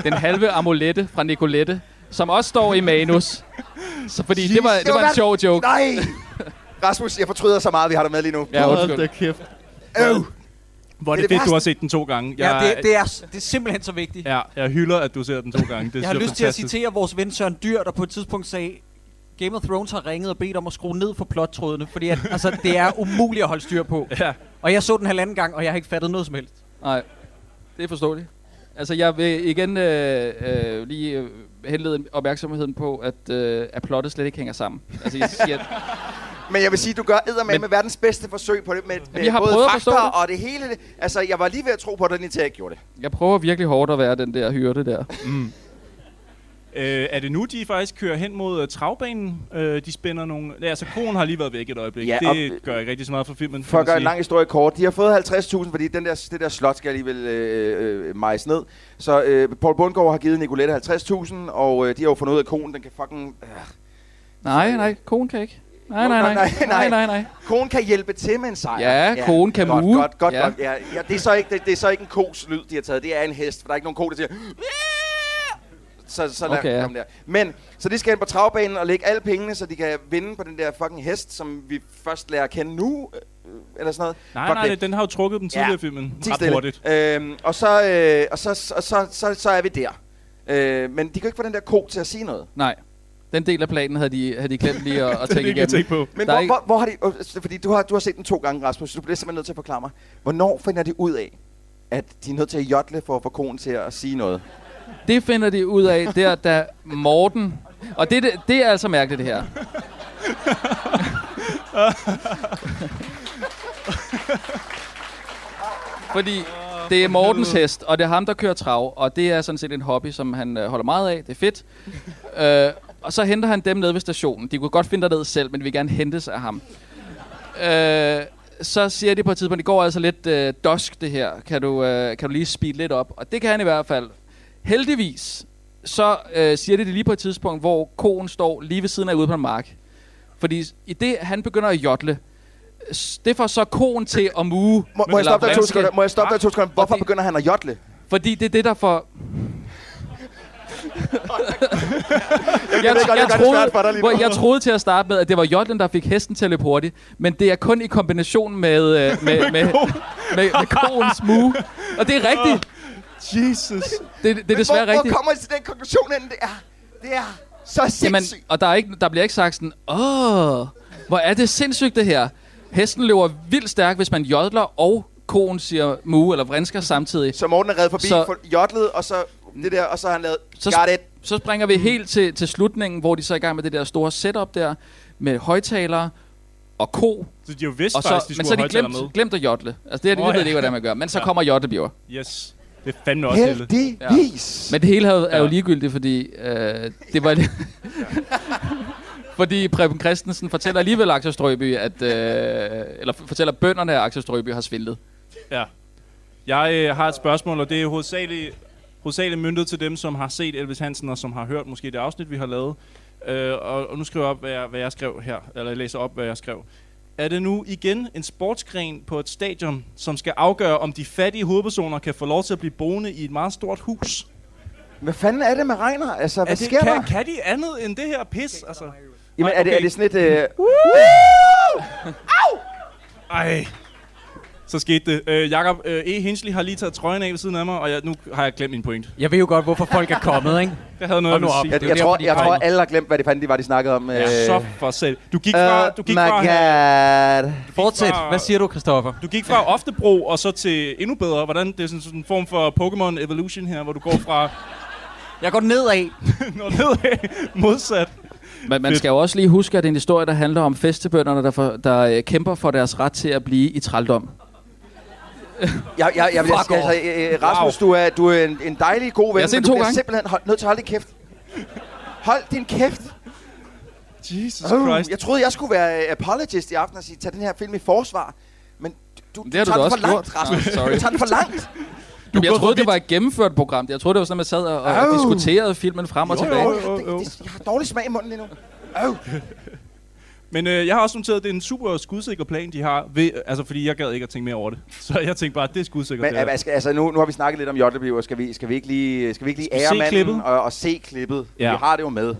Den halve amulette fra Nicolette, som også står i manus. Så fordi det var, det var en sjov joke.
Nej! Rasmus, jeg fortryder så meget, vi har dig med lige nu.
Ja, undskyld. Hold da
kæft.
Øv!
Hvor er
Det
det,
er det
det fedt, du har
værste.
set den to gange.
Ja, det, det, er, det er simpelthen så vigtigt.
Ja, jeg hylder, at du ser den to gange. Det
Jeg har lyst til at citere vores ven Søren Dyr, der på et tidspunkt sagde, Game of Thrones har ringet og bedt om at skrue ned for plottrådene, fordi at, altså, det er umuligt at holde styr på.
Ja.
Og jeg så den halvanden gang, og jeg har ikke fattet noget som helst.
Nej, det er forståeligt. Altså, jeg vil igen øh, øh, lige øh, henlede opmærksomheden på, at, øh, at plottet slet ikke hænger sammen. Altså, jeg siger, at
Men jeg vil sige, du gør eddermame med verdens bedste forsøg på det, med, med
jeg har
både
prøvet at forstå
fakta
det.
og det hele. Altså, jeg var lige ved at tro på det, indtil jeg ikke gjorde det.
jeg prøver virkelig hårdt at være den der hyrde der.
Mm. Øh, er det nu, de faktisk kører hen mod uh, travbanen? Øh, de spænder nogle... Ja, altså, kronen har lige været væk et øjeblik.
Ja,
Ja,
og-
det gør ikke rigtig så meget for filmen.
For
kan
at gøre
man
en lang historie kort, de har fået 50.000, fordi den der, det der slot skal alligevel øh, øh, majs ned. Så øh, Paul Bundgaard har givet Nicolette 50.000, og øh, de har jo fundet ud af, at konen den kan fucking... Øh.
Nej, nej, konen kan ikke. Nej, nej, nej. Nej, nej, nej.
Konen kan hjælpe til med en sejr.
Ja, konen kan
godt,
muge.
Godt, godt,
Ja.
ja. godt. Ja, ja, det, er så ikke, det, det er så ikke en kos lyd, de har taget. Det er en hest, for der er ikke nogen ko, der siger... Så, så lad
Okay,
okay, ja.
ja.
der. Men, så de skal ind på travbanen og lægge alle pengene, så de kan vinde på den der fucking hest, som vi først lærer at kende nu. øh, Eller sådan noget.
Nej,
Fuck
nej,
det.
nej, den har jo trukket den tidligere ja. filmen.
Ti
Ret
stille.
hurtigt.
Øhm, og så, øh, og så, så, så, så, så er vi der. Øh, men de kan ikke få den der ko til at sige noget.
Nej. Den del af planen havde de, havde de glemt lige at, at tænke igennem.
Men
Der er
hvor,
ikke-
hvor, hvor, har de... øh, Fordi du har, du har set den to gange, Rasmus, så du bliver simpelthen nødt til at forklare mig. Hvornår finder de ud af, at de er nødt til at jodle for at få konen til at sige noget?
Det finder de ud af der, da Morten... Og det, det, det er altså mærkeligt, det her. Fordi det er Mortens hest, og det er ham, der kører trav. Og det er sådan set en hobby, som han øh, holder meget af. Det er fedt. Øh, og så henter han dem nede ved stationen. De kunne godt finde derned selv, men vi vil gerne hentes af ham. Øh, så siger de på et tidspunkt, det går altså lidt øh, dusk det her. Kan du, øh, kan du lige speede lidt op? Og det kan han i hvert fald. Heldigvis, så øh, siger de det lige på et tidspunkt, hvor koen står lige ved siden af ude på en mark. Fordi i det, han begynder at jodle, s- det får så koen til at muge.
Må, må, jeg
eller
stoppe dig to
vrinske.
sekunder? Må jeg stoppe dig to sekunder? Hvorfor begynder han at jodle?
Fordi det er det, der får...
ved godt, det gør det svært for dig lige
hvor
nu.
jeg troede til at starte med, at det var Jotlen, der fik hesten til at løbe hurtigt, men det er kun i kombination med, øh, med, med, med, med, med koens moo. Og det er rigtigt.
Jesus.
Det, det er
Øh. Men
desværre
hvor,
rigtigt.
Hvor kommer I til den konklusion, end det er? Det er så
Jamen,
sindssygt.
og der, er ikke, der bliver ikke sagt sådan, åh, hvor er det sindssygt det her. Hesten løber vildt stærkt, hvis man jodler, og koen siger mu eller vrinsker samtidig.
Så Morten er reddet forbi, så, jodlet, og så det der, og så har han lavet,
så,
got it.
så springer vi helt til, til slutningen, hvor de så er i gang med det der store setup der, med højtalere og ko.
Så de har jo vidst
og så,
faktisk, de
men
skulle
så
have
de glemt,
højtaler med.
glemt at jodle. Altså det, her, de
Åh,
oh, ved
ja.
de ikke, hvordan man gør. Men så
Ja.
kommer jodlebiver.
Yes. Det er fandme også heldigt.
Heldigvis.
Men det hele er jo- er jo
Ja.
ligegyldigt, fordi øh, det var... fordi Preben Christensen fortæller alligevel Axel Strøby, at, øh, eller f- fortæller bønderne, at Axel Strøby har svindlet.
Ja. Jeg øh, har et spørgsmål, og det er hovedsageligt, hovedsageligt myndet til dem, som har set Elvis Hansen, og som har hørt måske det afsnit, vi har lavet. Øh, og, og nu skriver jeg op, hvad jeg, hvad jeg skrev her, eller jeg læser op, hvad jeg skrev. Er det nu igen en sportsgren på et stadion, som skal afgøre, om de fattige hovedpersoner kan få lov til at blive boende i et meget stort hus?
Hvad fanden er det med Reiner? Altså,
Er
hvad
det,
sker
kan,
der?
Kan de andet end det her pis? Altså?
Jamen,
Ej,
er, det, er
okay.
det sådan et... Øh,
Ej. Så skete det. Øh, Jakob øh, E. Hinsley har lige taget trøjen af ved siden af mig, og jeg, nu har jeg glemt min pointe.
Jeg ved jo godt, hvorfor folk er kommet, ikke?
Jeg havde noget
Hold nu
at
op.
sige.
jeg,
det er
jeg,
jo
tror,
derfor, de
jeg
har
tror,
en-
alle har glemt, hvad det fanden de var, de snakkede om.
Ja,
øh.
så for selv. Du gik fra...
Øh,
Oh
du gik
my
fra
god.
Fortsæt. Hvad siger du, Christoffer?
Du gik fra Oftebro og så til endnu bedre. Hvordan, det er sådan, sådan en form for Pokémon Evolution her, hvor du går fra...
Jeg går nedad.
Når nedad. Modsat.
Men man skal jo også lige huske, at det er en historie, der handler om festebønderne, der, for, der øh, kæmper for deres ret til at blive i trældom.
Jeg, jeg, jeg,
Fuck
jeg,
off.
altså, øh, øh, Rasmus, du er, du er en, en dejlig god ven,
Jeg har set
men du
to
bliver
gange.
simpelthen hold, nødt til at holde din kæft. Hold din kæft.
Jesus
Oh,
Christ.
jeg troede, jeg skulle være øh, apologist i aften og sige, tag den her film i forsvar. Men du, du,
Det har du
tager
da
den
også
for langt,
gjort.
Rasmus.
Nå, sorry.
Du tager den for langt.
Jamen, jeg troede, det var et gennemført program. Jeg troede, det var sådan, at man sad og, og
Au.
diskuterede filmen frem og tilbage.
Det- det- Jeg har dårlig smag i munden lige nu. Øv.
Men øh, jeg har også noteret, at det er en super skudsikker plan, de har. Ved, altså, fordi jeg gad ikke at tænke mere over det. Så jeg tænkte bare, at det er skudsikkert.
Men
det her.
altså, altså, nu, nu har vi snakket lidt om Jotlebiver. Skal vi, skal vi ikke lige, skal vi ikke lige
Skal vi
ære
se
manden
klippet?
og, og se klippet?
Ja.
Ja. Vi har det jo med.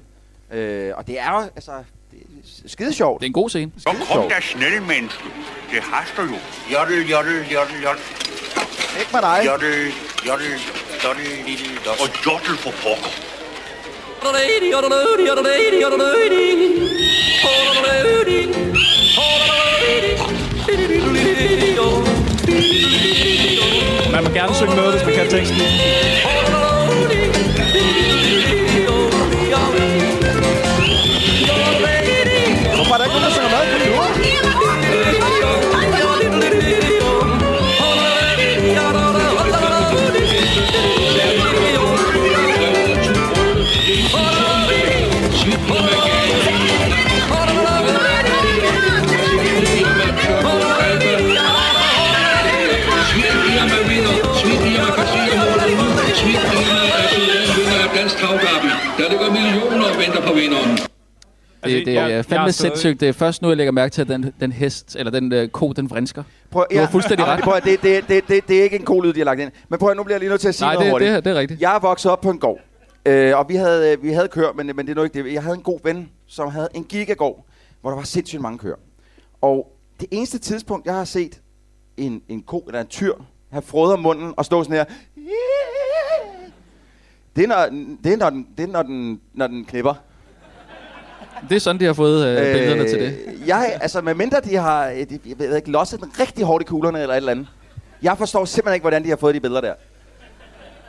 Øh, og det er jo altså, det er skide sjovt.
Det er en god scene.
Så kom der snille menneske. Det haster jo. Jodel, jodel, jodel, jodel.
Ikke med dig.
Jodel, jodel, jodel, lille jodel. Og jodel for pokker.
altså-
Man må gerne synge noget, hvis man kan teksten.
Hvorfor er der ikke nogen, der synger med? Kom nu.
Altså, Der ligger millioner og venter på vinderen.
Det, det er
Altså, jeg-
jeg,
jeg
fandme
er stadig-
jeg sindssygt. Det er først nu, jeg lægger mærke til, at den, den hest, eller den øh, ko, den vrinsker.
Prøv,
Du har fuldstændig ret.
Prøv, at- det, det, det, det, det er ikke en cool lyd, de har lagt ind. Men prøv, at- nu bliver jeg lige nødt til at sige
Nej,
noget
det,
hurtigt.
det, her, det er rigtigt.
Jeg er vokset op på en gård, øh, og vi havde, øh, vi havde køer, men, men det er nu ikke det. Jeg havde en god ven, som havde en gigagård, hvor der var sindssygt mange køer. Og det eneste tidspunkt, jeg har set en, en ko eller en tyr have frøder munden og stå sådan her. Det er, når, det er, når, den, det er når, den, når den knipper.
Det er sådan, de har fået øh, billederne til det.
Jeg, altså, medmindre de har, øh, de, jeg ved ikke, losset den rigtig hårdt i kuglerne eller et eller andet. Jeg forstår simpelthen ikke, hvordan de har fået de billeder der.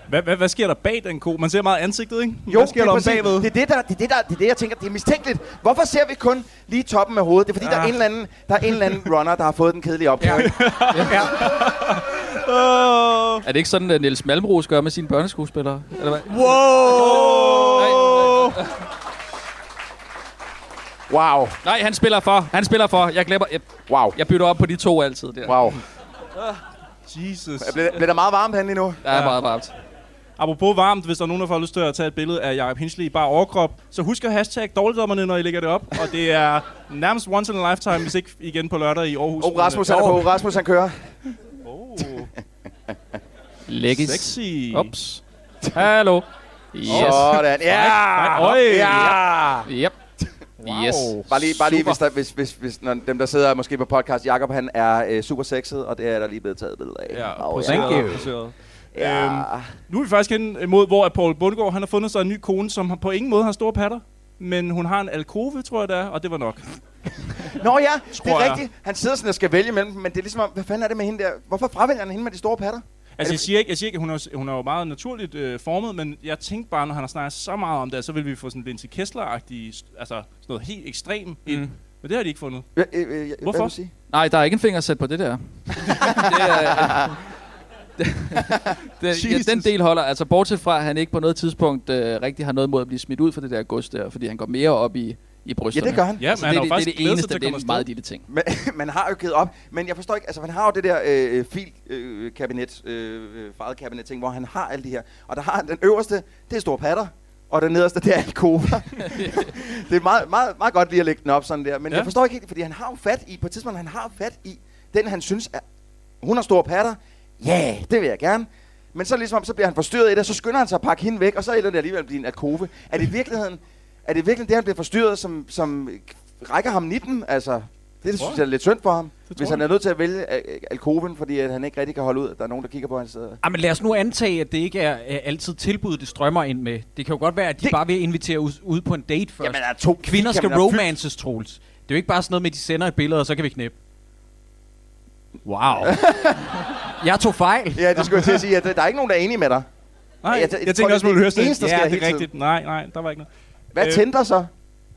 Hvad, hvad, hvad sker der bag den ko? Man ser meget ansigtet, ikke?
Jo,
hvad sker
det,
der
er
om
præcis-
bagved?
det er det, der, det er det, der, det er det, jeg tænker, det er mistænkeligt. Hvorfor ser vi kun lige toppen af hovedet? Det er fordi, ja. der, er
Ah.
en eller anden, der er en eller anden runner, der har fået den kedelige opgave. Ja.
Åh.
Er det ikke sådan, at Niels Malmros gør med sine børneskuespillere? Eller hvad?
Wow!
Wow.
Nej, han spiller for. Han spiller for. Jeg glemmer. Jeg,
wow.
jeg bytter op på de to altid. Der.
Wow.
Jesus.
Bliver, bliver der meget varmt herinde lige nu?
Der er meget varmt.
Apropos varmt, hvis der er nogen, der får lyst til at tage et billede af Jacob Hinsley i bare overkrop, så husk at hashtag dårligdommerne, når I lægger det op. Og det er nærmest once in a lifetime, hvis ikke igen på lørdag i Aarhus.
Oh, Rasmus han er på. Rasmus han kører.
Oh.
Lækkes.
Sexy.
Ups. Hallo.
Yes. Sådan. Ja!
Øj.
Ja!
Yep. Yes.
Bare lige, bare lige
Super.
hvis, der, hvis, hvis, hvis når dem, der sidder måske på podcast, Jakob han er øh, super sexet, og det er der lige blevet taget billeder af.
Ja,
Åh,
poseret,
ja.
poseret.
Ja.
Øhm, nu er vi faktisk hen mod, hvor at Paul Bundgaard han har fundet sig en ny kone, som har- på ingen måde har store patter. Men hun har en alkove, tror jeg det er, og det var nok.
Nå ja, det
Tror
er
jeg.
rigtigt. Han sidder sådan og skal vælge mellem dem, men det er ligesom, om, hvad fanden er det med hende der? Hvorfor fravælger han hende med de store patter?
Altså, jeg siger ikke, jeg siger ikke hun, er, hun er jo meget naturligt øh, formet, men jeg tænkte bare, når han har snakket så meget om det, så vil vi få sådan Lindsay Kessler-agtig, st- altså sådan noget helt ekstrem mm. ind. Men det har de ikke fundet.
Hva- øh, øh, hvad vil
Hvorfor?
du sige?
Nej, der er ikke en fingersæt på det der. det er, det, ja, den del holder, altså bortset fra, at han ikke på noget tidspunkt øh, rigtig har noget mod at blive smidt ud for det der gods der, fordi han går mere op i, i brysterne.
Ja, det gør han.
Ja, altså, det, er det, det, er det eneste, det er en meget lille ting.
Men, man har jo givet op, men jeg forstår ikke, altså man har jo det der øh, filkabinet, øh, kabinet ting, hvor han har alle de her. Og der har han den øverste, det er store patter, og den nederste, det er alkover. det er meget, meget, meget godt lige at lægge den op sådan der, men
Ja.
ja. jeg forstår ikke helt, fordi han har jo fat i, på et tidspunkt, han har fat i den, han synes er, hun har store patter, ja, yeah, det vil jeg gerne. Men så ligesom, om, så bliver han forstyrret i det, så skynder han sig at pakke hende væk, og så ender det alligevel at blive en alkove. Er det i virkeligheden, er det virkelig det, han bliver forstyrret, som, som rækker ham 19? Altså, det, det
tror
synes
jeg.
jeg er lidt synd for ham.
Det
Hvis
tror
han er nødt til at vælge al- al- alkoven, fordi at han ikke rigtig kan holde ud, at der er nogen, der kigger på hans øh. sæde.
Ah, men lad os nu antage, at det ikke er øh, altid tilbuddet, det strømmer ind med. Det kan jo godt være, at de det... bare vil invitere us- ud på en date først.
Jamen, der er to
Kvinder
kig, kan
skal
man da fylde-
romances, Troels. Det er jo ikke bare sådan noget med, at de sender et billede, og så kan vi knæppe. Wow. jeg tog fejl.
Ja, det skulle jeg til at sige, at øh, der der er ikke nogen, der er enige med dig.
Nej,
jeg
jeg,
tæ-
jeg,
tror,
tænker
det er
også,
det
at man hører sådan
eneste, der
ja,
sker
det
hele
er rigtigt. Nej, nej, der var ikke noget.
Hvad
Øh,
tænder så?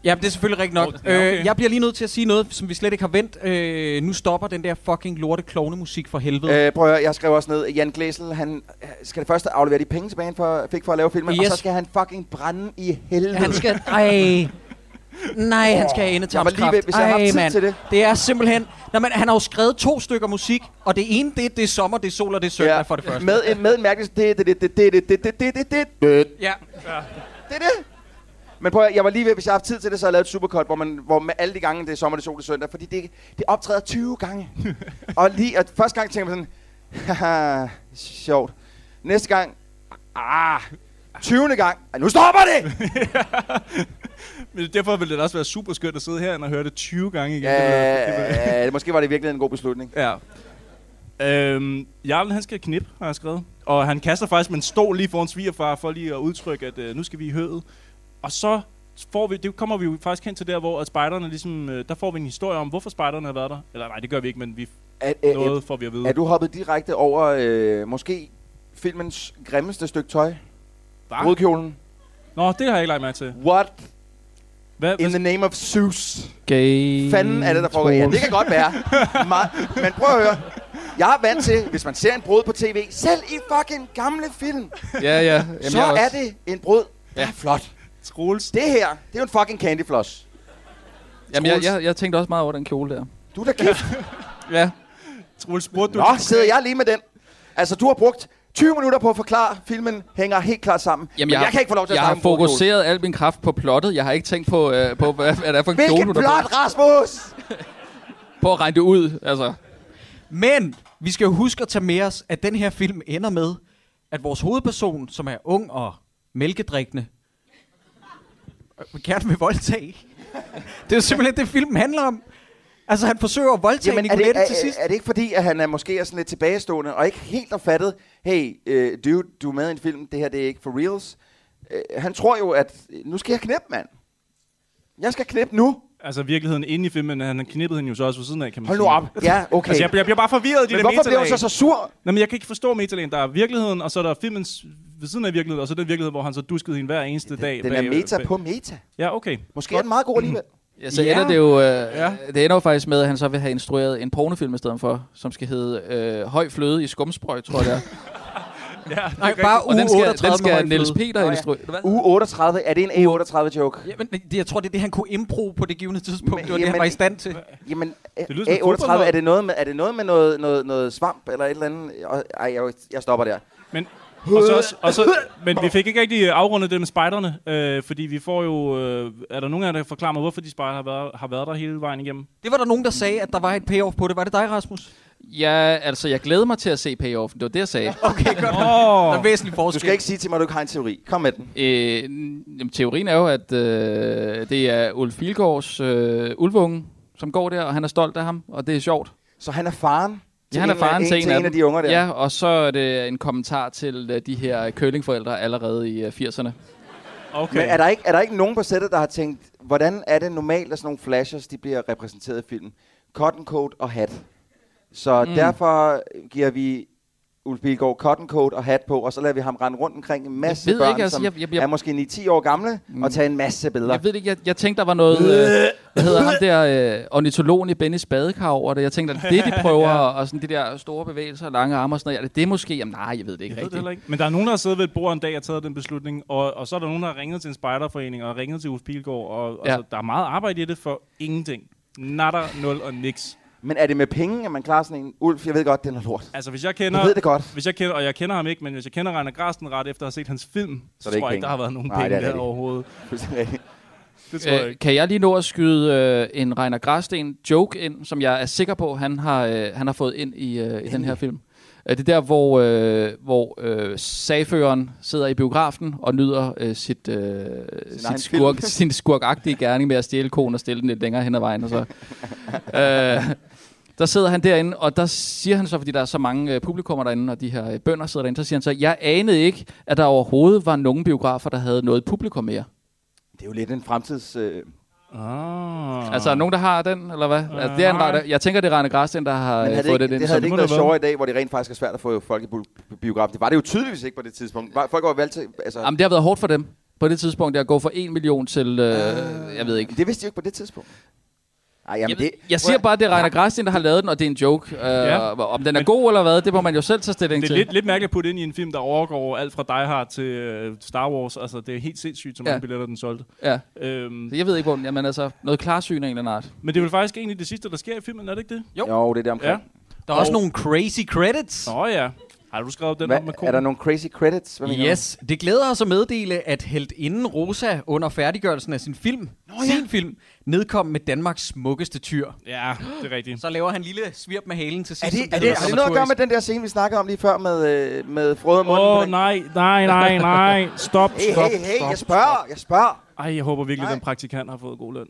Jamen, det er selvfølgelig rigtigt nok.
Nå, okay.
Øh, jeg bliver lige nødt til at sige noget, som vi slet ikke har vendt. Øh, nu stopper den der fucking lorte klovnemusik for helvede.
Øh, prøv at høre, jeg skrev også ned, at Jan Glæsel, han øh, skal det først aflevere de penge tilbage, han for, fik for at lave filmen, yes. og
Yes.
så skal han fucking brænde i helvede.
Han skal... Ej. Nej, han skal have endetarmskraft.
Jeg var lige ved, hvis jeg havde
Ej,
haft tid
mand.
til det.
Det er simpelthen... Nå, men han har jo skrevet to stykker musik, og det ene, det, er- det er sommer, det er sol, og det er søndag ja. for det første.
Med en, med en mærkelig... Det, det, det, det, det, det, det, det, det, det, det, det,
Ja.
er det. Men prøv at, høre, jeg var lige ved, hvis jeg har haft tid til det, så har jeg lavet et supercut, hvor, man, hvor med alle de gange, det er sommer, det er sol, det er søndag, fordi det, det optræder 20 gange. og lige, og første gang tænker man sådan, haha, sjovt. Næste gang, ah, 20. gang, "Ej, nu stopper det!
Men derfor ville det da også være super skønt at sidde her og høre det 20 gange igen. Det ville være- det ville være-
Ja, måske var det virkelig en god beslutning.
Ja. Øhm, Jarlen, han skal knip, har jeg skrevet. Og han kaster faktisk med en stol lige foran svigerfar, for lige at udtrykke, at øh, nu skal vi i høvet. Og så får vi, det kommer vi jo faktisk hen til der, hvor at spejderne ligesom, øh, der får vi en historie om, hvorfor spejderne har været der. Eller nej, det gør vi ikke, men vi
At,
at, noget får vi at vide.
Er du hoppet direkte over, øh, måske filmens grimmeste stykke tøj?
Hva?
Brudkjolen?
Nå, det har jeg ikke lagt mærke til.
What
Hvad,
in the name of Zeus?
Gay
Fanden er det, der foregår? Ja, det kan godt være. Meget. Men prøv at høre. Jeg er vant til, hvis man ser en brud på tv, selv i fucking gamle film,
Ja, ja. Jamen,
Jamen, så
jeg også.
er det en brud, der
Ja.
er flot.
Troels.
Det her, det er jo en fucking candyfloss.
Jamen, jeg, jeg, jeg tænkte også meget over den kjole der.
Du er da gift.
Ja.
Troels, spurgte du...
Nå, sidder jeg lige med den. Altså, du har brugt 20 minutter på at forklare, filmen hænger helt klart sammen. Jamen, jeg, jeg kan ikke få lov til at
Jeg
snakke
har
om brudkjolen.
fokuseret al min kraft på plottet. Jeg har ikke tænkt på, øh, på hvad, hvad det er for en kjole,
Hvilken
du
blot, Rasmus!
på at regne det ud. Altså.
Men vi skal jo huske at tage med os, at den her film ender med, at vores hovedperson, som er ung og mælkedrikkende, øh, gerne vil voldtage. Det er jo simpelthen det, filmen handler om. Altså, han forsøger at voldtage Jamen,
Jamen, er det,
Nicolette
er,
til sidst.
er, er det ikke fordi, at han er måske er sådan lidt tilbagestående, og ikke helt har fattet, hey, øh, dude, du er med i en film, det her det er ikke for reals. Øh, han tror jo, at øh, nu skal jeg knippe, mand. Jeg skal knippe nu.
Altså virkeligheden inde i filmen, han knippede hende jo så også ved siden af, kan man
Hold nu
sige.
op. Ja, okay.
Altså, jeg, jeg bliver bare forvirret i de
Men
der
hvorfor blev hun
metalag.
så så sur?
Nå, men jeg kan ikke forstå metalægen. Der er virkeligheden, og så er der filmens ved siden af virkeligheden, og så den virkelighed, hvor han så duskede hende hver eneste dag.
Den er meta på meta.
Ja, okay.
Måske er den meget god alligevel.
Mm.
Ja, så ender det jo øh, ja. det ender jo faktisk med, at han så vil have instrueret en pornofilm i stedet for, som skal hedde øh, Høj Fløde i Skumsprøjt, tror jeg det er.
Ja, det er
Nej,
rigtigt.
bare
Og den
uge
skal-
38
den skal
med høj
Niels
fløde.
Peter
Nå,
instruere.
Hvad?
Uge 38, er det en A38-joke?
Jamen, det, jeg tror, det er det, han kunne impro på det givende tidspunkt. Men, det var det, han
jamen-
var i stand til.
Jamen,
Det lyder som et
A38,
fodboldhold.
er det noget med, er det noget, med noget, noget, noget svamp eller et eller andet? Og- Ej, jeg, jeg stopper der.
Men, og så, også- og så, men vi fik ikke rigtig øh, afrundet det med spejderne, øh, fordi vi får jo... Øh, er der nogen af jer, der forklarer mig, hvorfor de spejder har været, har været der hele vejen igennem?
Det var der nogen, der sagde, at der var et payoff på det. Var det dig, Rasmus?
Ja, altså, jeg glæder mig til at se payoffen. Det var det, jeg sagde.
Okay, godt. Oh. Der er væsentlig
Du
forskel.
skal ikke sige til mig, at du ikke har en teori. Kom med den.
Øh, jamen, teorien er jo, at øh, det er Ulf Filgaards øh, ulvunge, som går der, og han er stolt af ham, og det er sjovt.
Så han er faren?
Ja, han er faren til en,
til en af
dem.
de unger der?
Ja, og så er det en kommentar til øh, de her curlingforældre allerede i øh, 80'erne.
Okay. Men er der, ikke, er der ikke nogen på sættet, der har tænkt, hvordan er det normalt, at sådan nogle flashers de bliver repræsenteret i filmen? Cotton coat og hat. Så
Mm.
mm. derfor giver vi Ulf Bilgaard cotton coat og hat på, og så lader vi ham rende rundt omkring en masse
Jeg ved
børn,
ikke, altså,
som
jeg- jeg- jeg-
er måske 9-10 år gamle, mm. og tage en masse billeder.
Jeg ved det ikke, jeg, jeg tænkte, der var noget... Øh, hvad hedder ham der øh, ornitologen i Bennys badekar over det? Jeg tænkte, at det, de prøver, ja. og sådan de der store bevægelser og lange arme og sådan noget, er det det måske? Jamen nej, jeg ved det ikke
Jeg ved det
rigtigt.
heller ikke. Men der er nogen, der har siddet ved et bord en dag og taget den beslutning, og, og så er der nogen, der har ringet til en spejderforening og ringet til Uffe Pilgaard, og ja.
Ja.
altså, der er meget arbejde i det for ingenting. Natter, nul og niks.
Men er det med penge, at man klarer sådan en? Ulf, jeg ved godt, den er lort.
Altså, hvis jeg kender...
Du ved det godt.
Hvis jeg kender, og jeg kender ham ikke, men hvis jeg kender Rainer Grasten ret efter at have set hans film, så, så
er det
tror jeg
ikke
ikke, der har været nogen
penge. Nej,
penge
det er
der
det ikke.
overhovedet.
Fuldstændig rigtigt.
Det tror jeg
Øh,
ikke.
kan jeg lige nå at skyde øh, en Reiner Græsten joke ind, som jeg er sikker på, han har, øh, han har fået ind i, øh, i den her film? Øh, det er der, hvor, øh, hvor øh, sagføreren sidder i biografen og nyder øh, sit, øh,
egen
sit skurk,
film.
sin skurkagtige gerning med at stjæle konen og stille den lidt længere hen ad vejen. Og så. øh, der sidder han derinde, og der siger han så, fordi der er så mange øh, publikummer derinde, og de her øh, bønder sidder derinde, så siger han så, jeg anede ikke, at der overhovedet var nogen biografer, der havde noget publikum mere.
Det er jo lidt en fremtids... Øh...
Ah.
Altså, er der nogen, der har den, eller hvad?
Øh,
altså, det er en
nej.
Rane, jeg tænker, det er Rane Græsten, der har
Men
øh,
havde
fået
det, ikke,
det ind.
det
så
havde det ikke
må
været
være.
sjovt i dag, hvor det rent faktisk er svært at få folk i bu- biografen. Det var det jo tydeligvis ikke på det tidspunkt. Var- Folk var valgt til... Altså,
Jamen, det har været hårdt for dem på det tidspunkt, der går fra 1 million til, øh, jeg ved ikke.
det vidste de jo ikke på det tidspunkt. Ej, jamen,
Jeg,
det,
jeg siger bare, at det er Rainer Græsten, der har lavet den, og det er en joke. Øh,
Ja.
ja. Om den er god eller hvad, det må man jo selv tage stilling
Det er
til.
lidt, lidt mærkeligt at putte ind i en film, der overgår alt fra Die Hard til øh, Star Wars. Altså, det er helt sindssygt, så mange
Ja.
billetter den solgte.
Ja.
Øhm,
Så jeg ved ikke, hvor den Jamen altså, noget klarsyn af en eller anden art.
men det er vel faktisk egentlig det sidste, der sker i filmen, er det ikke det?
Jo, jo det er det omkring.
Ja.
Ja.
Der er
Og-
også nogle crazy credits.
Nå ja. Har du skrevet den
Hva,
op med konen?
er der nogle crazy credits? Hvad mener
Yes, det glæder os at meddele, at heltinden Rosa under færdiggørelsen af sin film, Nå, ja. sin film, nedkom med Danmarks smukkeste tyr.
Ja, det er rigtigt.
Så laver han en lille svirp med halen til
du? Er
sidst.
det,
som
er det,
lyder
har det noget at gøre med
dramaturgisk.
den der scene, vi snakkede om lige før med, øh, med Frode og Munden?
Åh, oh,
Hvordan-
nej, nej, nej, nej. Stop,
Hey,
stop,
hey, hey,
stop.
jeg spørger, jeg spørger.
Ej, jeg håber virkelig, at
Nej.
den praktikant har fået god løn.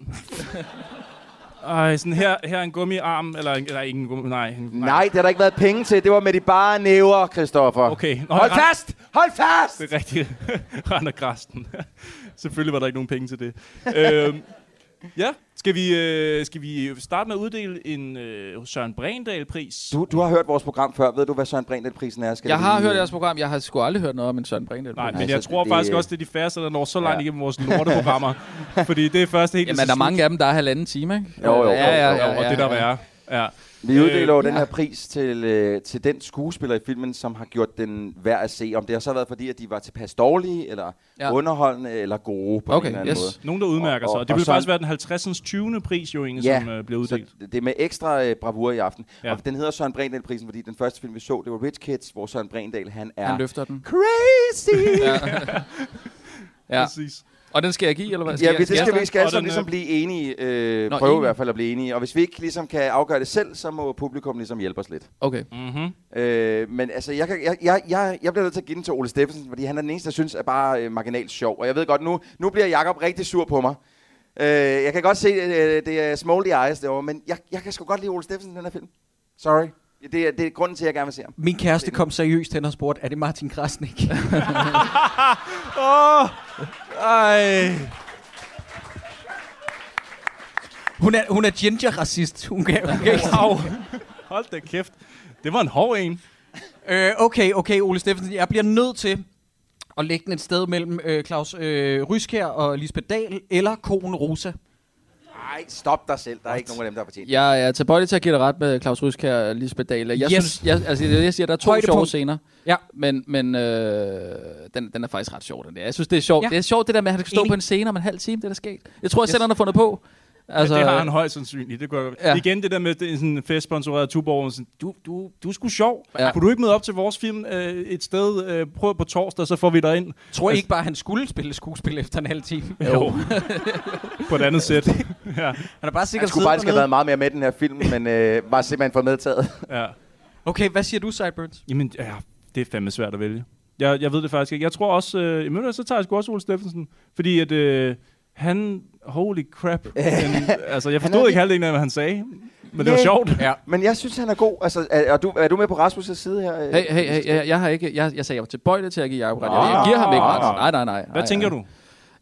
Ej, sådan her, her er en gummiarm, eller en, nej, ikke en gummi, nej. en-
Nej, det har der ikke været penge til. Det var med de bare næver, Christoffer.
Okay. Nå,
Hold
jeg-
fast! Hold fast!
Det er rigtigt. Render græsten. Selvfølgelig var der ikke nogen penge til det. øhm, ja, skal vi, øh, skal vi starte med at uddele en øh, Søren Brændal-pris?
Du, du har hørt vores program før. Ved du, hvad Søren Brindahl-prisen er? Skal
Jeg
vi
har
lige-
hørt jeres program. Jeg har sgu aldrig hørt noget om en Søren Brindahl.
Nej, men
altså,
jeg tror
det-
faktisk også, det er de færreste, der når så langt igennem vores lorteprogrammer. fordi det er først helt...
Jamen, der er mange af dem, der er halvanden time, ikke?
Jo, jo, jo,
ja, ja, ja,
Og
ja,
det der
ja.
være. Ja.
Vi uddeler jo
Øh,
den her pris til, øh, til den skuespiller i filmen, som har gjort den værd at se. Om det har så været fordi, at de var tilpas dårlige, eller
Ja.
ja. underholdende, eller gode på en
Okay,
eller anden
yes.
måde.
Nogen, der udmærker
Og-
sig.
og-
Og det
og
vil
sådan-
faktisk være den 50. 20. pris, jo, Inge, som øh, bliver uddelt.
så det er med ekstra øh, bravur i aften.
Ja.
Ja. Og den hedder Søren Brindahl-prisen, fordi den første film, vi så, det var Rich Kids, hvor Søren Brindahl, han er...
Han løfter den.
Crazy! ja,
Ja.
Præcis.
Og den skal jeg give, eller hvad?
ja,
jeg-
vi, det skal
jeg-
vi skal
Og
så
den,
ligesom
øh,
blive enige. Øh,
Nå,
prøve
enige.
i hvert fald at blive enige. Og hvis vi ikke ligesom kan afgøre det selv, så må publikum ligesom hjælpe os lidt.
Okay.
Mm-hmm.
Øh, men altså, jeg, kan- jeg, jeg, jeg, jeg bliver nødt til at give den til Ole Steffensen, fordi han er den eneste, jeg synes er bare øh, marginalt sjov. Og jeg ved godt, nu, nu bliver Jakob rigtig sur på mig. Øh, jeg kan godt se, øh, det er smolty eyes derovre, men jeg, jeg kan sgu godt lide Ole Steffensen i den her film. Sorry. Det er, det er grunden til, at jeg gerne vil se ham.
Min kæreste kom seriøst hen og spurgte, er det Martin Krasnik?
Åh! Ej!
hun er, hun er ginger-racist. Hun kan, hun kan ikke
Wow. Hold da kæft. Det var en hård en.
Øh, okay, okay, Ole Steffensen. Jeg bliver nødt til at lægge den et sted mellem øh, Claus øh, Ryskær og Lisbeth Dahl, eller konen Rosa.
Nej, stop dig selv. Der er ikke nogen af dem, der har fortjent.
Jeg er tilbøjelig til at give dig ret med Claus Rysk her, Lisbeth Dahl. Jeg
Yes.
synes, jeg, altså, det er det, jeg siger, der er to
Højdepunkt.
sjove scener.
Ja.
Men, men øh, den, den er faktisk ret sjov, den der. Jeg synes, det er sjovt.
Ja.
Ja. Det er sjovt, det der med, at han skal stå
Enig.
Enig. på en scene om en halv time, det er der sket. Jeg tror, jeg yes. selv han har fundet på.
Altså, ja, det har han højst sandsynligt. Det gør ja.
Ja.
Igen det der med det, er sådan en festsponsoreret af Tuborg. Sådan, du, du, du er sgu sjov. Ja.
Ja.
Kunne du ikke møde op til vores film øh, et sted? Øh, prøv på torsdag, så får vi dig ind.
Tror I ikke bare, han skulle spille skuespil efter en halv time?
Jo. på et andet sæt. ja.
Han er bare sikkert
Jeg skulle faktisk
siddet
have
dernede.
været meget mere med i den her film, men øh, var simpelthen for medtaget.
ja.
Okay, hvad siger du, Sideburns?
Jamen, ja, det er fandme svært at vælge. Jeg, jeg ved det faktisk ikke. Jeg tror også, øh, i midten, så tager jeg sgu også Ole Steffensen, fordi at, øh, han, holy crap, han, altså jeg forstod
er
ikke halvdelen af, hvad han sagde, men det var sjovt.
Ja. Men jeg synes, han er god. Altså, er, er, du, er du med på Rasmus' side her? øh?
Hey, hey, hey, jeg, jeg, har ikke, jeg, jeg sagde, jeg var tilbøjelig til at give Jacob ret. Jeg, jeg giver ham ikke ret. Nej, nej, nej.
Hvad
nej,
tænker
nej.
du?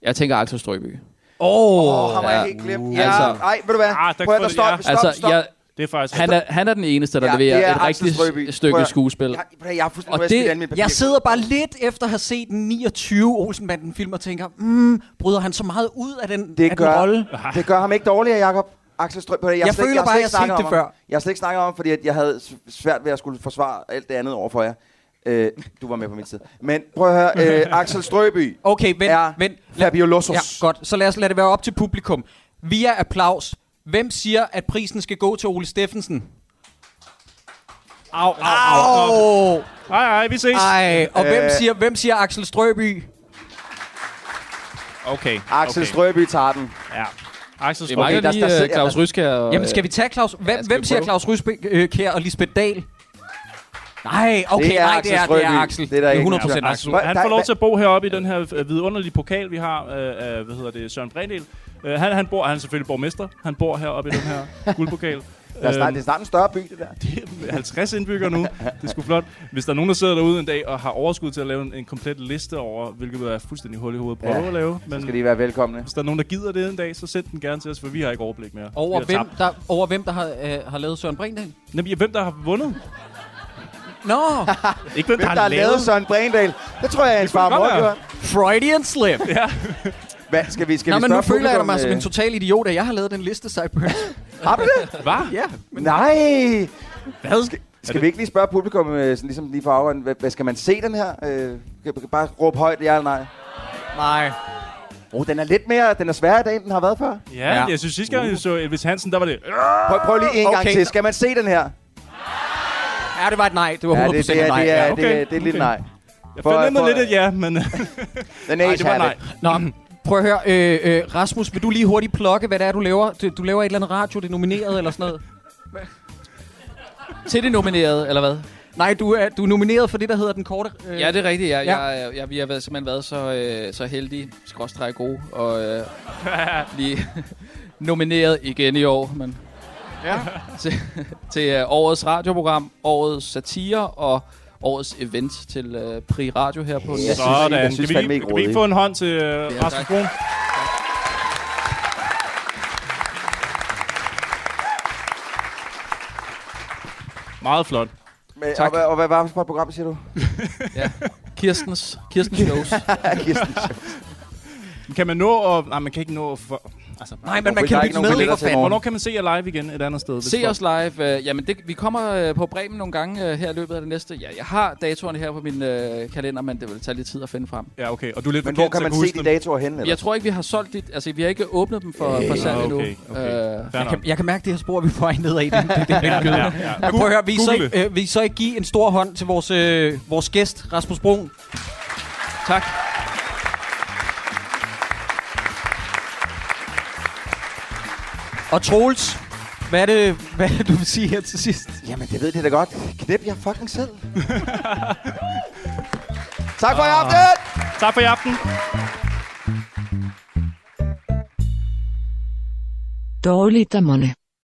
Jeg tænker Axel Strøby.
Åh, oh, ham har jeg helt glemt. Ja, altså, ej, ved du hvad?
Ah, der
Prøv at
får
der stop,
det- ja.
stop,
Altså,
stop.
jeg-
Det er faktisk
Han er, han er den eneste, der ja, leverer
det er
et
Axel
rigtigt
Strøbye.
s- stykke
Prøv at-
skuespil.
Jeg, prøv at- jeg er fuldstændig
Og
og
det-
det, min papir.
Jeg sidder bare lidt efter at have set den 29 Olsenbanden-film og tænker, mm, bryder han så meget ud af den, af
det
den
gør,
rolle?
det gør ham ikke dårligere, Jacob. Axel Strøm, jeg,
Jeg
har slet ikke-
føler bare,
slet ikke
jeg har set
snakket
det
om
før.
ham. Jeg har slet ikke snakket om, ham, fordi at jeg havde s- svært ved at skulle forsvare alt det andet overfor jer. Øh, du var med på min side. Men prøv at høre, øh, Axel Strøby.
Okay, vent,
er
vent.
Fabio Lossos.
Ja, godt. Så lad os lade det være op til publikum. Via applaus. Hvem siger, at prisen skal gå til Ole Steffensen? Au, au, au. au.
Ej, ej, vi ses.
Ej, og hvem
Øh.
siger, hvem siger Axel Strøby?
Okay.
Axel
okay.
Strøby tager den.
Ja. Axel
Det er
Strøby.
meget
der-
lige
der sidder-
øh, Claus
ja, der-
Ryskær. og,
Jamen, skal vi tage Claus? Hvem,
ja, skal
hvem
vi
siger
prøve?
Claus Rysbæk, øh, Kjær og Lisbeth Dahl? Nej, okay,
Det er
nej, det er,
Axel
det er
Strøby.
Axel.
Det er der ikke
100%
nogen tvivl om.
Axel.
Hva-
Han
der-
får lov
hva-
til at bo heroppe i den her øh, vidunderlige pokal, vi har af, øh, hvad hedder det, Søren Bredel. Øh, han, han, bor, han er selvfølgelig borgmester. Han bor heroppe i den her guldpokal.
Der er snart,
Øhm,
det er snart en større by, det der.
med 50 indbyggere nu. Det er sgu flot. Hvis der er nogen, der sidder derude en dag og har overskud til at lave en, en komplet liste over, hvilket er fuldstændig hul i hovedet prøve
Ja,
at lave. Men
Så skal de være velkomne.
hvis der er nogen, der gider det en dag, så send den gerne til os, for vi har ikke overblik mere.
Over
vi har
hvem,
tabt.
der, over hvem, der har, øh, har lavet Søren Brindahl?
Jamen, ja, hvem der har vundet?
Nå,
Ikke hvem,
Hvem der har lavet Søren Brændal? Det tror jeg er en
kunne
far
godt
mor,
være.
gjorde.
Freudian slip.
Hvad, skal vi, skal
Nå,
vi
men nu
spørge
føler jeg
publikum,
mig som
øh,
en total idiot, at jeg har lavet den liste, Cyber.
Har du det?
Hvad?
ja.
Nej!
Hvad?
Skal, skal vi ikke lige spørge publikum, øh, sådan ligesom lige for afhånden, hvad, hvad skal man se den her? Øh, kan, kan bare råbe højt, ja eller nej.
Nej.
Oh, den er lidt mere, den er sværere i dag, end den har været før.
Ja,
Ja.
ja. jeg synes sidste gang, jeg så Elvis Hansen, der var det...
Prøv, prøv lige en okay. gang
Okay.
til. Skal man se den her?
Ja, det var et nej. Det var 100%
Ja, det, det, er,
nej.
det, er,
Ja,
det, er, det, er,
okay.
det er lidt
Okay.
nej.
Jeg
For-
fornemmede
for-
lidt, at ja, men...
Den
Nej,
er
det var nej.
Nå, men prøv at høre. Øh, øh, Rasmus, vil du lige hurtigt plukke, hvad det er, du laver? Du, du laver et eller andet radio, det er nomineret eller sådan noget?
Til det nominerede, eller hvad?
Nej, du er, du er nomineret for det, der hedder den korte... Øh,
Ja, det er rigtigt. Jeg,
Ja.
ja. jeg, jeg, vi har været, simpelthen været så, øh, så heldige, skråstrej gode, og øh, lige nomineret igen i år. Men, ja. til til øh, årets radioprogram, årets satire og årets event til øh, Pri Radio her på
Jeg synes-
Sådan.
jeg synes
kan,
fandme
vi,
ikke
kan vi ikke
råd,
få en hånd til øh, Rasmus
tak.
Brun? Meget flot.
Men,
Tak.
Og, hvad- og hvad var det for et program, siger du?
Kirstens, Kirstens Shows.
Kirsten.
Kan man nå at... Nej, man kan ikke nå at... For... Altså,
Nej, men man
Der
kan
er ikke
lytte
nogen
med.
billetter
ikke?
til i morgen.
Hvornår kan man se jer live igen et andet sted? hvis
Se
folk-
os live. Øh, jamen, det, vi kommer øh, på Bremen nogle gange øh, her i løbet af det næste. Ja, jeg har datoerne her på min øh, kalender, men det vil tage lidt tid at finde frem.
Ja, okay. Og du er lidt
Men hvor
forkert
kan
til
man
at
se
huske
de
dem.
datoer henne? Eller?
Jeg tror ikke, vi har solgt dit... Altså, vi har ikke åbnet dem for, for salg
Ah,
endnu.
Okay, okay.
Øh,
Fair
Jeg
nok.
kan, jeg kan mærke, det her spor, vi er på vej nedad i. Det, det, det er ja,
Ja, ja.
ja. Prøv at høre, vil I, så
Google
ikke, øh, vil I så ikke give en stor hånd til vores, øh, vores gæst, Rasmus Brun?
tak.
Og Troels, hvad er, det, hvad er det, du vil sige her til sidst?
Jamen, det ved det da godt. Knip jer fucking selv. tak for i aften!
Tak for i aften.
Dårligdommerne.